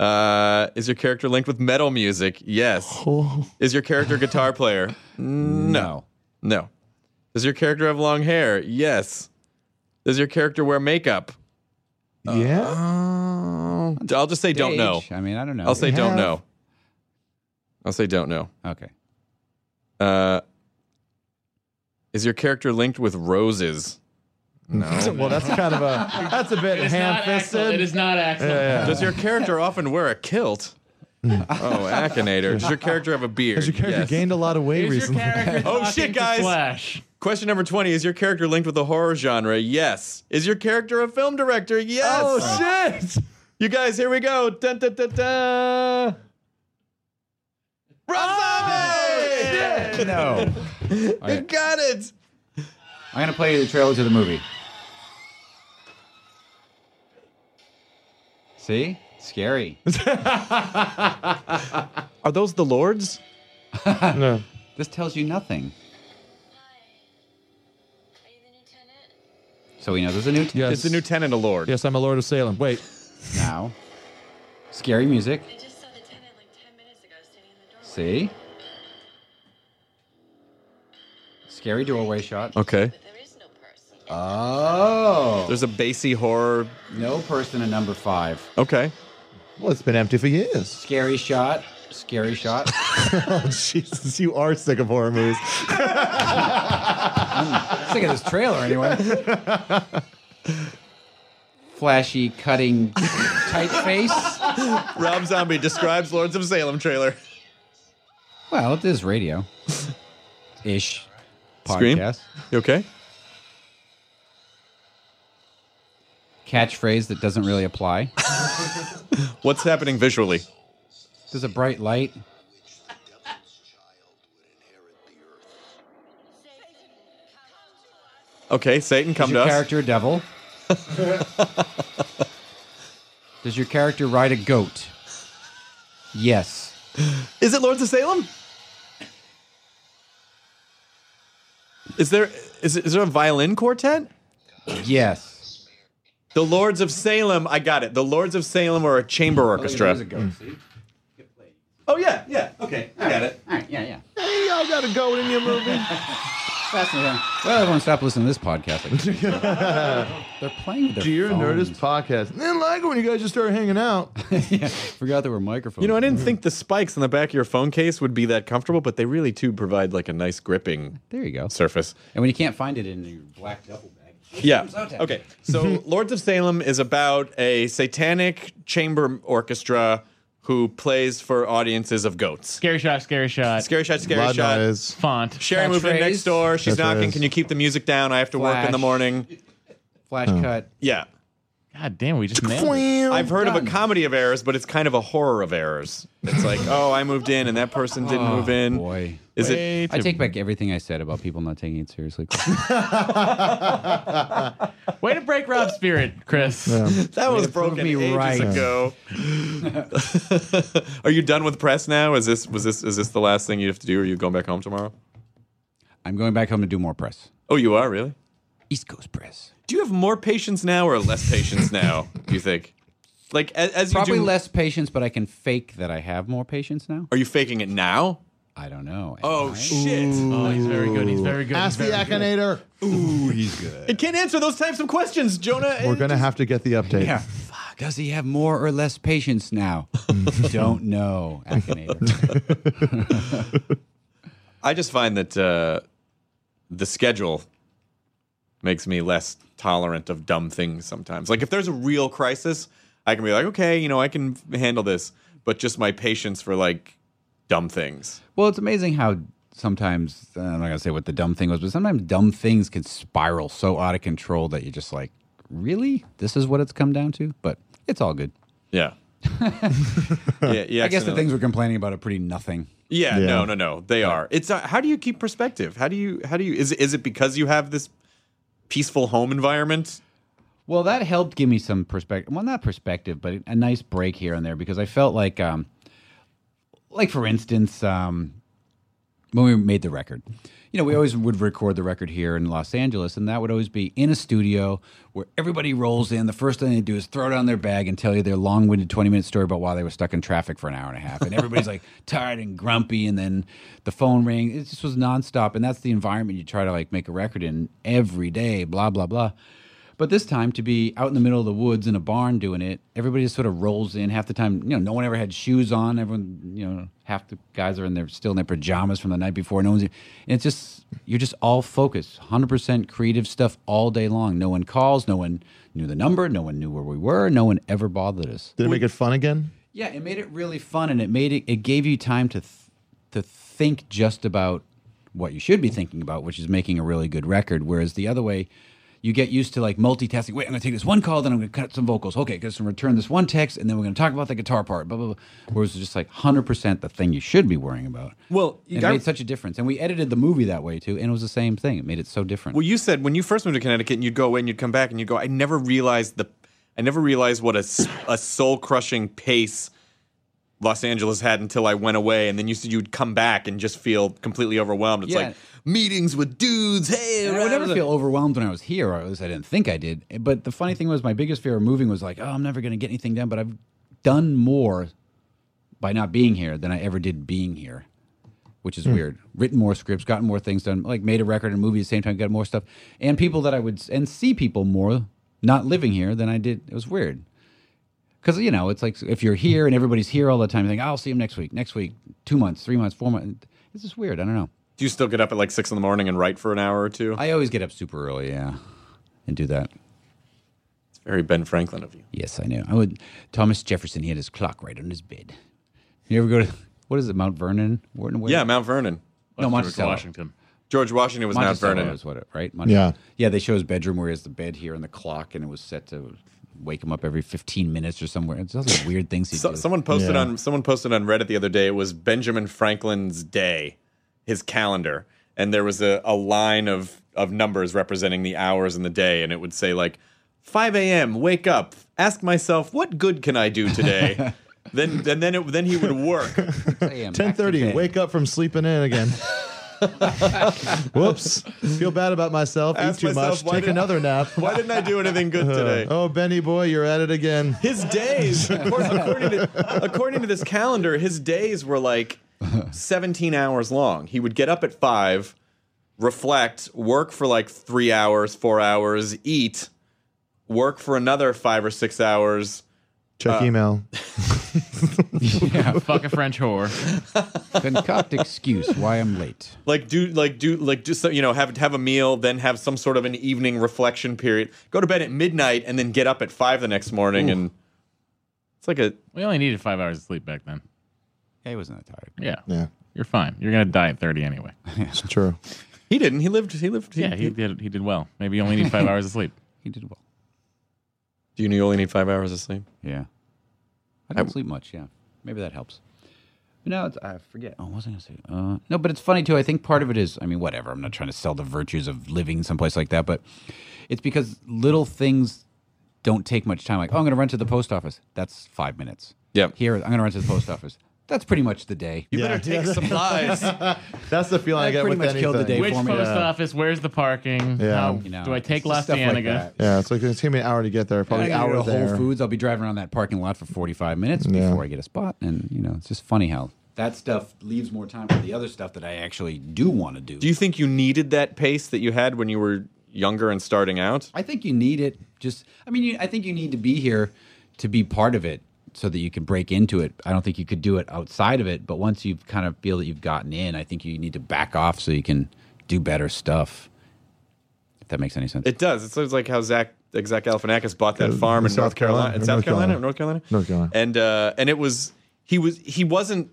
Speaker 4: Uh, is your character linked with metal music? Yes. Is your character a guitar player?
Speaker 6: No.
Speaker 4: No. Does your character have long hair? Yes. Does your character wear makeup? Uh-huh.
Speaker 8: Yeah.
Speaker 4: Oh, I'll just say don't know.
Speaker 6: I mean, I don't know.
Speaker 4: I'll say
Speaker 8: They
Speaker 4: don't
Speaker 8: have-
Speaker 4: know. I'll say don't know.
Speaker 6: Okay.
Speaker 4: Uh, is your character linked with roses?
Speaker 8: well, that's kind of a that's a bit
Speaker 7: Not Axel. It
Speaker 8: ham-fisted.
Speaker 7: is not Axel.
Speaker 4: Does your character often wear a kilt? oh, Akinator. Does your character have a beard?
Speaker 8: Has your character
Speaker 4: Yes.
Speaker 8: gained a lot of weight
Speaker 7: Is your
Speaker 8: recently?
Speaker 7: character
Speaker 4: Oh,
Speaker 7: talking
Speaker 4: shit,
Speaker 7: to
Speaker 4: guys.
Speaker 7: Flash?
Speaker 4: Question number 20. Is your character linked with the horror genre? Yes. Is your character a film director? Yes.
Speaker 8: Oh shit!
Speaker 4: You guys, here we go. Dun, dun, dun, dun.
Speaker 8: Oh,
Speaker 4: Rob Zombie!
Speaker 6: No.
Speaker 4: You got it.
Speaker 6: I'm gonna play you the trailer to the movie. See? Scary.
Speaker 4: Are those the lords?
Speaker 8: No.
Speaker 6: This tells you nothing. So we know there's a new t-
Speaker 8: Yes.
Speaker 4: Is the new tenant a lord?
Speaker 8: yes, I'm a Lord of Salem. Wait.
Speaker 6: now. Scary music. See? Scary doorway shot.
Speaker 4: Okay.
Speaker 6: Oh.
Speaker 4: There's a bassy horror.
Speaker 6: No person in number five.
Speaker 4: Okay.
Speaker 8: Well, it's been empty for years.
Speaker 6: Scary shot. Scary shot.
Speaker 8: Oh Jesus, you are sick of horror movies.
Speaker 6: Sick of this trailer anyway. Flashy, cutting, typeface.
Speaker 4: Rob Zombie describes Lords of Salem trailer.
Speaker 6: Well, it is radio. Ish.
Speaker 4: Scream?
Speaker 6: Podcast.
Speaker 4: You okay?
Speaker 6: Catchphrase that doesn't really apply.
Speaker 4: What's happening visually?
Speaker 6: There's a bright light.
Speaker 4: Okay, Satan,
Speaker 6: Is
Speaker 4: come to
Speaker 6: your
Speaker 4: us.
Speaker 6: character a devil? Does your character ride a goat? Yes.
Speaker 4: Is it Lords of Salem? Is there is, is there a violin quartet?
Speaker 6: Yes.
Speaker 4: The Lords of Salem. I got it. The Lords of Salem are a chamber orchestra. Oh yeah, yeah. Okay, I got it.
Speaker 6: All right, yeah, yeah.
Speaker 8: hey, y'all got a goat in your movie.
Speaker 6: Fascinating. Well, everyone stop listening to this podcast. They're playing with their
Speaker 8: Dear
Speaker 6: phones.
Speaker 8: Nerdist podcast. Didn't like it when you guys just started hanging out.
Speaker 6: Forgot there were microphones.
Speaker 4: You know, I didn't think the spikes on the back of your phone case would be that comfortable, but they really do provide like a nice gripping
Speaker 6: There you go.
Speaker 4: surface.
Speaker 6: And when you can't find it in your black duffel bag,
Speaker 4: Yeah. Okay. So Lords of Salem is about a satanic chamber orchestra who plays for audiences of goats.
Speaker 7: Scary shot. Scary shot.
Speaker 4: Scary shot, scary
Speaker 8: Loud
Speaker 4: shot.
Speaker 8: noise.
Speaker 7: Font.
Speaker 4: Sherry moved in
Speaker 6: Catchphrase.
Speaker 4: next door. She's
Speaker 8: Catchphrase.
Speaker 4: knocking. Can you keep the music down? I have to work in the
Speaker 6: Flash.
Speaker 4: morning.
Speaker 6: flash cut.
Speaker 4: Yeah.
Speaker 7: God damn, we just nailed it.
Speaker 6: Oh,
Speaker 4: I've heard of a comedy of errors, but it's kind of a horror of errors. It's like, oh, I moved in and that person didn't move in.
Speaker 6: Boy.
Speaker 4: Is it?
Speaker 7: Way
Speaker 6: I
Speaker 7: to-
Speaker 6: take back everything I said about people not taking it seriously.
Speaker 7: way to break Rob's spirit, Chris.
Speaker 4: That was
Speaker 6: to prove
Speaker 4: broken
Speaker 6: me
Speaker 4: ages
Speaker 6: right.
Speaker 4: ago. Are you done with press now? Is this was this is this the last thing you have to do? Are you going back home tomorrow?
Speaker 6: I'm going back home to do more press.
Speaker 4: Oh, you are really.
Speaker 6: East Coast press.
Speaker 4: Do you have more patience now or less patience now? Do you think? Like as, as you
Speaker 6: Probably
Speaker 4: do,
Speaker 6: less patience, but I can fake that I have more patience now.
Speaker 4: Are you faking it now?
Speaker 6: I don't know.
Speaker 4: Oh
Speaker 6: Am I?
Speaker 4: shit!
Speaker 7: Oh, he's very good. He's very good.
Speaker 8: Ask the
Speaker 7: he's very good.
Speaker 8: Akinator.
Speaker 4: It can't answer those types of questions, Jonah.
Speaker 8: We're gonna have to get the update.
Speaker 6: Yeah. Fuck. Does he have more or less patience now? don't know, Akinator.
Speaker 4: I just find that uh, the schedule makes me less tolerant of dumb things sometimes. Like if there's a real crisis, I can be like, okay, you know, I can handle this, but just my patience for like dumb things.
Speaker 6: well, it's amazing how sometimes uh, I'm not gonna say what the dumb thing was, but sometimes dumb things can spiral so out of control that you're just like, really? This is what it's come down to? But it's all good.
Speaker 4: Yeah. yeah, yeah.
Speaker 6: I guess the things we're complaining about are pretty nothing.
Speaker 4: Yeah,
Speaker 8: Yeah.
Speaker 4: no, no, no. They are. It's uh, how do you keep perspective? How do you how do you is it- is it because you have this peaceful home environment?
Speaker 6: Well, that helped give me some perspective. Well, not perspective, but a nice break here and there because I felt like, um, like for instance, um, when we made the record, you know, we always would record the record here in Los Angeles, and that would always be in a studio where everybody rolls in. The first thing they do is throw down their bag and tell you their long-winded twenty-minute story about why they were stuck in traffic for an hour and a half, and everybody's like tired and grumpy, and then the phone rang. It just was nonstop, and that's the environment you try to like make a record in every day. Blah blah blah. But this time, to be out in the middle of the woods in a barn doing it, everybody just sort of rolls in. Half the time, you know, no one ever had shoes on. Everyone, you know, half the guys are in their still in their pajamas from the night before. No one's. e-, And it's just you're just all focused, hundred percent creative stuff all day long. No one calls. No one knew the number. No one knew where we were. No one ever bothered us.
Speaker 8: Did it make it fun again?
Speaker 6: Yeah, it made it really fun, and it made it. It gave you time to th- to think just about what you should be thinking about, which is making a really good record. Whereas the other way, you get used to like multitasking. Wait, I'm going to take this one call, then I'm going to cut some vocals. Okay, because I'm going to return this one text, and then we're going to talk about the guitar part. Blah blah blah. Whereas it's just like hundred percent the thing you should be worrying about.
Speaker 4: Well, you
Speaker 6: it
Speaker 4: got-
Speaker 6: made such a difference, and we edited the movie that way too, and it was the same thing. It made it so different.
Speaker 4: Well, you said when you first moved to Connecticut and you'd go away and you'd come back and you'd go, I never realized the, I never realized what a, s- a soul crushing pace Los Angeles had until I went away. And then you said you'd come back and just feel completely overwhelmed. It's
Speaker 6: Yeah.
Speaker 4: like meetings with dudes. Hey,
Speaker 6: And I would
Speaker 4: rah,
Speaker 6: never
Speaker 4: rah.
Speaker 6: feel overwhelmed when I was here, or at least I didn't think I did. But the funny thing was, my biggest fear of moving was like, oh, I'm never going to get anything done. But I've done more by not being here than I ever did being here, which is weird. Written more scripts, gotten more things done, like made a record and movie at the same time, got more stuff, and people that I would and see people more not living here than I did. It was weird. Because you know, it's like if you're here and everybody's here all the time, you think I'll see him next week, next week, two months, three months, four months. It's just weird. I don't know.
Speaker 4: Do you still get up at like six in the morning and write for an hour or two?
Speaker 6: I always get up super early, yeah, and do that.
Speaker 4: It's very Ben Franklin of you.
Speaker 6: Yes, I know. I would. Thomas Jefferson. He had his clock right on his bed. You ever go to what is it, Mount Vernon? Wharton, where-
Speaker 4: Yeah, Mount Vernon.
Speaker 6: no, Monticello.
Speaker 7: Washington.
Speaker 4: George Washington was Mount
Speaker 6: Monticello
Speaker 4: Vernon.
Speaker 6: is what it, right?
Speaker 8: Yeah.
Speaker 6: yeah. They show his bedroom where he has the bed here and the clock, and it was set to wake him up every 15 minutes or somewhere. It's all like weird things he
Speaker 4: So,
Speaker 6: does.
Speaker 4: someone posted
Speaker 8: Yeah.
Speaker 4: on someone posted on Reddit the other day. It was Benjamin Franklin's day, his calendar, and there was a, a line of of numbers representing the hours in the day, and it would say like 5 a.m. Wake up, ask myself what good can I do today. then then then it, then he would work.
Speaker 8: Ten thirty. Wake up from sleeping in again. Whoops. Feel bad about myself.
Speaker 4: Ask
Speaker 8: Eat too
Speaker 4: myself,
Speaker 8: much.
Speaker 4: why
Speaker 8: Take
Speaker 4: did-
Speaker 8: another nap.
Speaker 4: Why didn't I do anything good today?
Speaker 8: Oh, Benny boy, you're at it again.
Speaker 4: His days, of course, according to, according to this calendar, his days were like 17 hours long. He would get up at five, reflect, work for like three hours, four hours, eat, work for another five or six hours.
Speaker 8: Check
Speaker 4: Uh,
Speaker 8: email.
Speaker 7: Fuck a French whore.
Speaker 6: Concoct excuse why I'm late.
Speaker 4: Like do like do like just so, you know have have a meal, then have some sort of an evening reflection period. Go to bed at midnight and then get up at five the next morning, and it's like a
Speaker 7: We only needed five hours of sleep back then.
Speaker 6: Yeah, he wasn't that tired.
Speaker 7: Yeah.
Speaker 8: Yeah,
Speaker 7: You're fine. You're gonna die at 30 anyway.
Speaker 8: it's true.
Speaker 4: he didn't he lived he lived he,
Speaker 7: Yeah, he did. He did well. Maybe you only need five hours of sleep.
Speaker 6: He did well.
Speaker 4: Do you know you only need five hours of sleep?
Speaker 6: Yeah. I don't sleep much. Yeah. Maybe that helps. But no, it's, I forget. Oh, what was I going to say? Uh, no, but it's funny too. I think part of it is, I mean, whatever. I'm not trying to sell the virtues of living someplace like that, but it's because little things don't take much time. Like, oh, I'm going to run to the post office. That's five minutes.
Speaker 4: Yep.
Speaker 6: Here, I'm going to run to the post office. That's pretty much the day.
Speaker 8: You better take
Speaker 4: supplies.
Speaker 8: That's the feeling I,
Speaker 6: I
Speaker 8: get
Speaker 6: pretty
Speaker 8: with
Speaker 6: much
Speaker 8: anything.
Speaker 6: killed the day.
Speaker 7: Which
Speaker 6: for me.
Speaker 7: post office? Where's the parking?
Speaker 8: Yeah.
Speaker 7: How
Speaker 6: You know,
Speaker 7: do I take
Speaker 6: it's just stuff like
Speaker 7: Lastianaga?
Speaker 6: that.
Speaker 8: Yeah, it's like it's taking me an hour to get there. Probably
Speaker 6: I
Speaker 8: an
Speaker 6: gotta
Speaker 8: hour
Speaker 6: go to Whole
Speaker 8: there.
Speaker 6: Foods. I'll be driving around that parking lot for 45 minutes
Speaker 8: Yeah.
Speaker 6: before I get a spot. And, you know, it's just funny how that stuff leaves more time for the other stuff that I actually do want to do.
Speaker 4: Do you think you needed that pace that you had when you were younger and starting out?
Speaker 6: I think you need it. Just, I mean, you, I think you need to be here to be part of it so that you can break into it. I don't think you could do it outside of it. But once you kind of feel that you've gotten in, I think you need to back off so you can do better stuff. If that makes any sense.
Speaker 4: It does. It's, it's like how Zach like Zach Galifianakis bought that
Speaker 8: Uh,
Speaker 4: farm in
Speaker 8: South
Speaker 4: North Carolina,
Speaker 8: Carolina,
Speaker 4: in
Speaker 8: or
Speaker 4: South
Speaker 8: North
Speaker 4: Carolina,
Speaker 8: Carolina.
Speaker 4: North Carolina,
Speaker 8: North Carolina.
Speaker 4: and uh, and it was he was he wasn't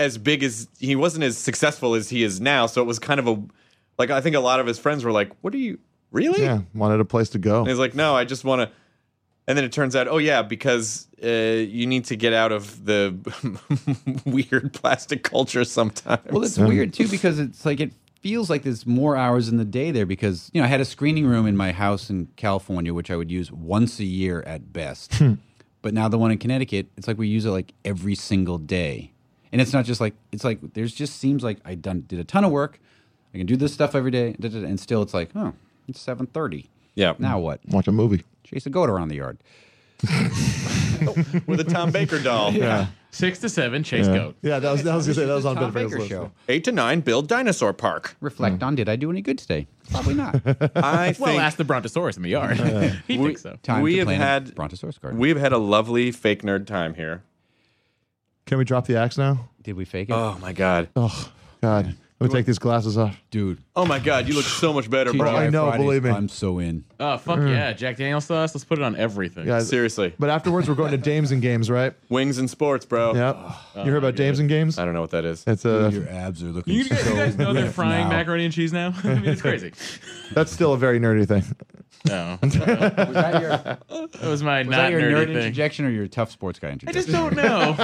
Speaker 4: as big as he wasn't as successful as he is now. So it was kind of a like I think a lot of his friends were like, "What are you really?"
Speaker 8: Yeah, wanted a place to go.
Speaker 4: And he's like, no, I just want to. And then it turns out, oh yeah, because uh, you need to get out of the weird plastic culture sometimes.
Speaker 6: Well, it's weird too because it's like it feels like there's more hours in the day there because you know I had a screening room in my house in California which I would use once a year at best. but now the one in Connecticut, it's like we use it like every single day. And it's not just like it's like there's just seems like I done did a ton of work. I can do this stuff every day da, da, da, and still it's like, oh, it's 7:30.
Speaker 4: yeah.
Speaker 6: Now what?
Speaker 8: Watch a movie.
Speaker 6: Chase a goat around the yard.
Speaker 4: With a Tom Baker doll.
Speaker 7: Six to seven, chase goat.
Speaker 8: Yeah, that was that was gonna say that was on
Speaker 6: Tom
Speaker 8: Ben
Speaker 6: Baker
Speaker 8: Baker's
Speaker 6: show.
Speaker 8: list.
Speaker 4: Eight to nine, build dinosaur park.
Speaker 6: Reflect on did I do any good today? Probably not.
Speaker 4: I think
Speaker 7: Well, ask the brontosaurus in the yard. he
Speaker 4: we,
Speaker 7: thinks so.
Speaker 6: Time
Speaker 4: we
Speaker 6: to
Speaker 4: have
Speaker 6: plan a
Speaker 4: had
Speaker 6: Brontosaurus garden.
Speaker 4: we've had a lovely fake nerd time here.
Speaker 8: Can we drop the axe now?
Speaker 6: did we fake it?
Speaker 8: uh,
Speaker 4: Oh my god.
Speaker 8: Oh God, let me take these glasses off.
Speaker 6: Dude,
Speaker 4: Oh my god, you look so much better,
Speaker 6: TGI
Speaker 4: bro.
Speaker 8: I know,
Speaker 6: Fridays,
Speaker 8: believe me.
Speaker 6: I'm so in.
Speaker 7: Oh fuck yeah, Jack Daniel sauce. Let's put it on everything.
Speaker 8: Guys,
Speaker 4: Seriously,
Speaker 8: But afterwards, we're going to Dames and Games, right?
Speaker 4: wings and sports, bro.
Speaker 8: Yep. you heard about Dames and Games?
Speaker 4: I don't know what that is.
Speaker 8: It's a
Speaker 6: Your abs are looking
Speaker 7: You guys, you guys know they're
Speaker 6: ripped
Speaker 7: frying
Speaker 6: now.
Speaker 7: macaroni and cheese now. I mean, it's crazy.
Speaker 8: that's still a very nerdy thing.
Speaker 7: No, that
Speaker 6: Was that your, was
Speaker 7: was my
Speaker 6: that
Speaker 7: not
Speaker 6: your
Speaker 7: nerdy
Speaker 6: nerd
Speaker 7: thing.
Speaker 6: interjection or your tough sports guy
Speaker 7: I
Speaker 6: interjection?
Speaker 7: just don't know.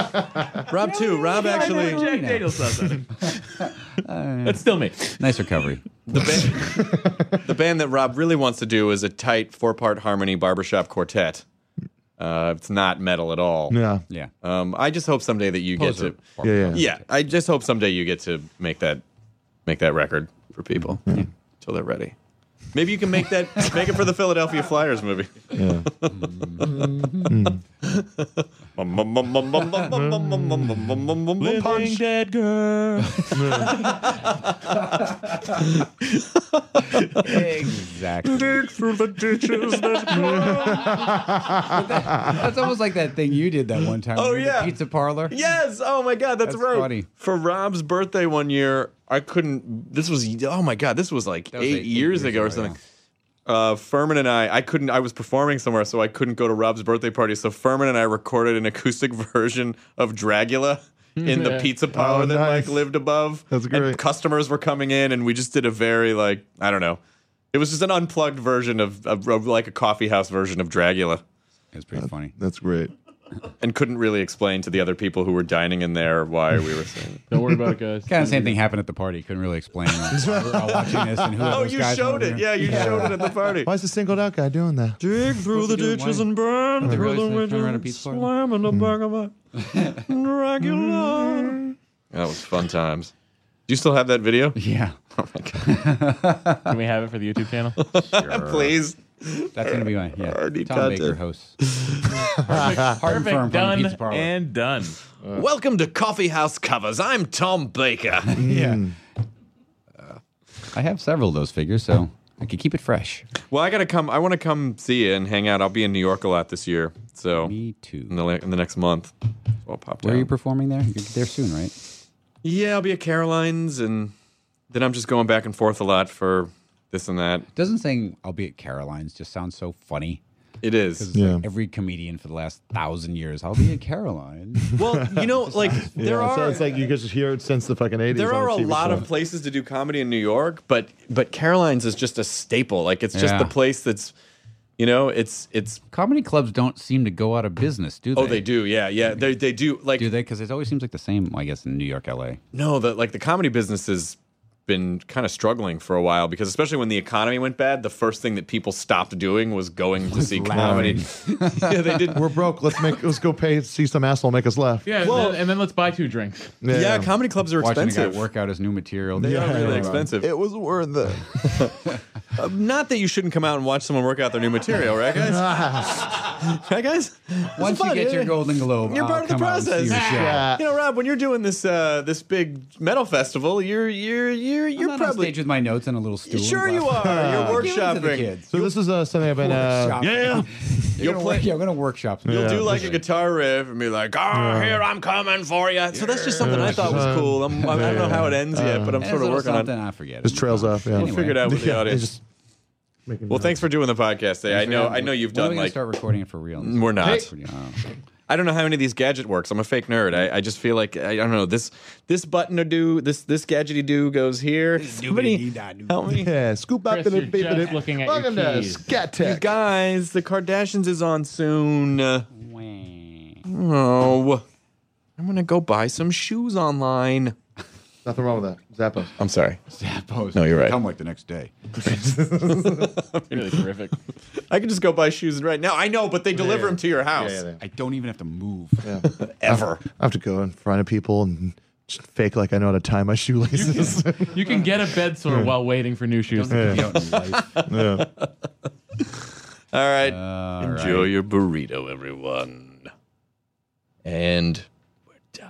Speaker 4: Rob too. Rob
Speaker 7: Actually,
Speaker 4: actually.
Speaker 7: Jack Daniel sauce. on it. That's still me.
Speaker 6: nice recovery.
Speaker 4: The band, the band that Rob really wants to do is a tight four part harmony barbershop quartet. Uh, it's not metal at all.
Speaker 8: Yeah.
Speaker 6: Yeah.
Speaker 4: Um, I just hope someday that you
Speaker 6: Poser.
Speaker 4: get to.
Speaker 8: Yeah, yeah.
Speaker 4: Yeah, I just hope someday you get to make that make that record for people until they're ready. Maybe you can make that make it for the Philadelphia Flyers movie.
Speaker 8: Yeah.
Speaker 4: Punch.
Speaker 7: dead girl.
Speaker 6: Exactly.
Speaker 4: through the ditches.
Speaker 6: That's almost like that thing you did that one time.
Speaker 4: Oh,
Speaker 6: You were at the
Speaker 4: yeah.
Speaker 6: pizza parlor.
Speaker 4: Yes. Oh my God, that's,
Speaker 6: That's
Speaker 4: right.
Speaker 6: funny.
Speaker 4: For Rob's birthday one year, I couldn't. This was oh my God, this was like
Speaker 6: was
Speaker 4: eight,
Speaker 6: eight- eight
Speaker 4: years,
Speaker 6: years
Speaker 4: ago or
Speaker 6: ago,
Speaker 4: something. Uh, Furman and I, I couldn't. I was performing somewhere, so I couldn't go to Rob's birthday party. So Furman and I recorded an acoustic version of Dragula in the pizza parlor
Speaker 8: Oh,
Speaker 4: that
Speaker 8: nice.
Speaker 4: Mike lived above.
Speaker 8: That's
Speaker 4: And
Speaker 8: great.
Speaker 4: customers were coming in, and we just did a very like I don't know. It was just an unplugged version of, of, of like a coffee house version of Dragula
Speaker 6: It's pretty funny.
Speaker 8: That's great.
Speaker 4: and couldn't really explain to the other people who were dining in there why we were saying it.
Speaker 7: Don't worry about it, guys.
Speaker 6: Kind of the same thing happened at the party. Couldn't really explain. Like, we were all watching this and who are
Speaker 4: Oh,
Speaker 6: those
Speaker 4: you
Speaker 6: guys
Speaker 4: showed
Speaker 6: over
Speaker 4: it.
Speaker 6: here?
Speaker 4: Yeah, you showed it at the party.
Speaker 8: Why is the singled out guy doing that?
Speaker 4: Dig through the
Speaker 6: doing
Speaker 4: ditches
Speaker 6: wine.
Speaker 4: and burn
Speaker 6: they
Speaker 4: through
Speaker 6: really
Speaker 4: the
Speaker 6: say turn around a
Speaker 4: windows,
Speaker 6: pizza parlin'?
Speaker 4: slam in the back of my regular. That was fun times. Do you still have that video?
Speaker 6: Yeah.
Speaker 4: Oh my god!
Speaker 7: Can we have it for the YouTube channel?
Speaker 4: Please.
Speaker 6: That's going to be my yeah.
Speaker 4: Already
Speaker 6: Tom
Speaker 4: got
Speaker 6: Baker
Speaker 4: it.
Speaker 6: hosts.
Speaker 7: Perfect.
Speaker 6: and firm from the
Speaker 7: done
Speaker 6: pizza parlor.
Speaker 7: and done.
Speaker 4: Welcome to Coffee House Covers. I'm Tom Baker.
Speaker 6: Yeah.
Speaker 8: Hmm.
Speaker 6: I have several of those figures, so I could keep it fresh.
Speaker 4: well, I gotta come. I want to come see you and hang out. I'll be in New York a lot this year, so
Speaker 6: Me
Speaker 4: in
Speaker 6: too.
Speaker 4: the, in the next month, I'll pop
Speaker 6: Where are you
Speaker 4: down.
Speaker 6: performing there? You're there soon, right?
Speaker 4: yeah, I'll be at Caroline's, and then I'm just going back and forth a lot for this and that.
Speaker 6: Doesn't saying I'll be at Caroline's just sound so funny?
Speaker 4: It is.
Speaker 8: Yeah.
Speaker 6: Every comedian for the last thousand years, I'll be at Caroline.
Speaker 4: Well, you know, like there
Speaker 8: yeah,
Speaker 4: are
Speaker 8: So it's like you could just hear it since the fucking 80s.
Speaker 4: there
Speaker 8: on
Speaker 4: are a
Speaker 8: TV
Speaker 4: lot
Speaker 8: show.
Speaker 4: of places to do comedy in New York, but but Caroline's is just a staple. Like it's just
Speaker 6: Yeah.
Speaker 4: the place that's You know, it's it's
Speaker 6: Comedy clubs don't seem to go out of business, do they?
Speaker 4: oh they do yeah yeah they they do like
Speaker 6: Do they? Because it always seems like the same. I guess in New York, L.A.
Speaker 4: No, the like the comedy business has been kind of struggling for a while because especially when the economy went bad, the first thing that people stopped doing was going to see comedy. yeah, they did.
Speaker 8: We're broke. Let's make. Let's go pay. See some asshole make us laugh.
Speaker 7: Yeah, and, then, and then let's buy two drinks.
Speaker 4: Yeah, comedy clubs are
Speaker 6: Watching a
Speaker 4: expensive.
Speaker 6: guy work out his new material.
Speaker 4: They are really
Speaker 6: Yeah.
Speaker 4: expensive.
Speaker 8: It was worth it.
Speaker 4: Uh, Not that you shouldn't come out and watch someone work out their new material, right, guys? right, guys? It's
Speaker 6: Once
Speaker 4: fun,
Speaker 6: you get your
Speaker 4: yeah.
Speaker 6: Golden Globe,
Speaker 4: You're
Speaker 6: I'll
Speaker 4: part of the
Speaker 6: come out and see
Speaker 4: process.
Speaker 6: your show.
Speaker 8: Yeah.
Speaker 4: You know, Rob, when you're doing this uh, this big metal festival, you're you're you're
Speaker 6: I'm
Speaker 4: you're
Speaker 6: not on
Speaker 4: probably
Speaker 6: stage with my notes and a little stool.
Speaker 4: sure
Speaker 6: and
Speaker 4: you
Speaker 6: glasses.
Speaker 4: are. You're
Speaker 6: Give it to the
Speaker 4: workshopping.
Speaker 6: kids.
Speaker 8: So this is uh, something I've been. Uh,
Speaker 6: Workshop.
Speaker 8: yeah.
Speaker 6: You're
Speaker 4: You'll
Speaker 6: gonna
Speaker 4: play-
Speaker 6: work. Yeah, I'm gonna workshop.
Speaker 4: You'll
Speaker 6: Yeah.
Speaker 4: do like a guitar riff and be like, "Oh, here I'm coming for you." So that's just something I thought was
Speaker 8: Yeah.
Speaker 4: cool. I'm, I don't know how it ends yet, but I'm
Speaker 6: And
Speaker 4: sort of
Speaker 6: it's a little
Speaker 4: working on.
Speaker 6: something
Speaker 4: it.
Speaker 6: I forget.
Speaker 8: Just trails off, yeah. We'll
Speaker 4: We'll figure it out with the
Speaker 8: Yeah, they
Speaker 4: audience.
Speaker 8: just making
Speaker 4: well, thanks for doing the podcast. Today. I know, I know you've
Speaker 6: When are
Speaker 4: done
Speaker 6: we gonna
Speaker 4: like.
Speaker 6: start recording it for real.
Speaker 4: We're not.
Speaker 6: Oh.
Speaker 4: I don't know how any of these gadget works. I'm a fake nerd. I, I just feel like I, I don't know this this button to do this this gadgety do goes here. Somebody help me.
Speaker 8: Yeah, scoop up
Speaker 7: Chris,
Speaker 8: the
Speaker 7: you're just looking at your
Speaker 8: Welcome to
Speaker 7: keys.
Speaker 8: Scat
Speaker 4: You
Speaker 8: Tech.
Speaker 4: guys, the Kardashians is on soon. Uh, Oh, I'm gonna go buy some shoes online.
Speaker 8: Nothing wrong with that. Zappos.
Speaker 4: I'm sorry.
Speaker 6: Zappos.
Speaker 4: No, you're right.
Speaker 6: Come like the next day.
Speaker 7: Really terrific.
Speaker 4: I can just go buy shoes right now. I know, but they deliver them to your house.
Speaker 8: Yeah, yeah,
Speaker 6: I don't even have to move.
Speaker 4: Ever.
Speaker 8: I have to go in front of people and just fake like I know how to tie my shoelaces.
Speaker 7: You can get a bed sore while waiting for new shoes.
Speaker 6: Hmm. Don't have to be out in life.
Speaker 8: yeah.
Speaker 4: All right.
Speaker 6: All
Speaker 4: Enjoy your burrito, everyone. And we're done.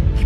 Speaker 5: we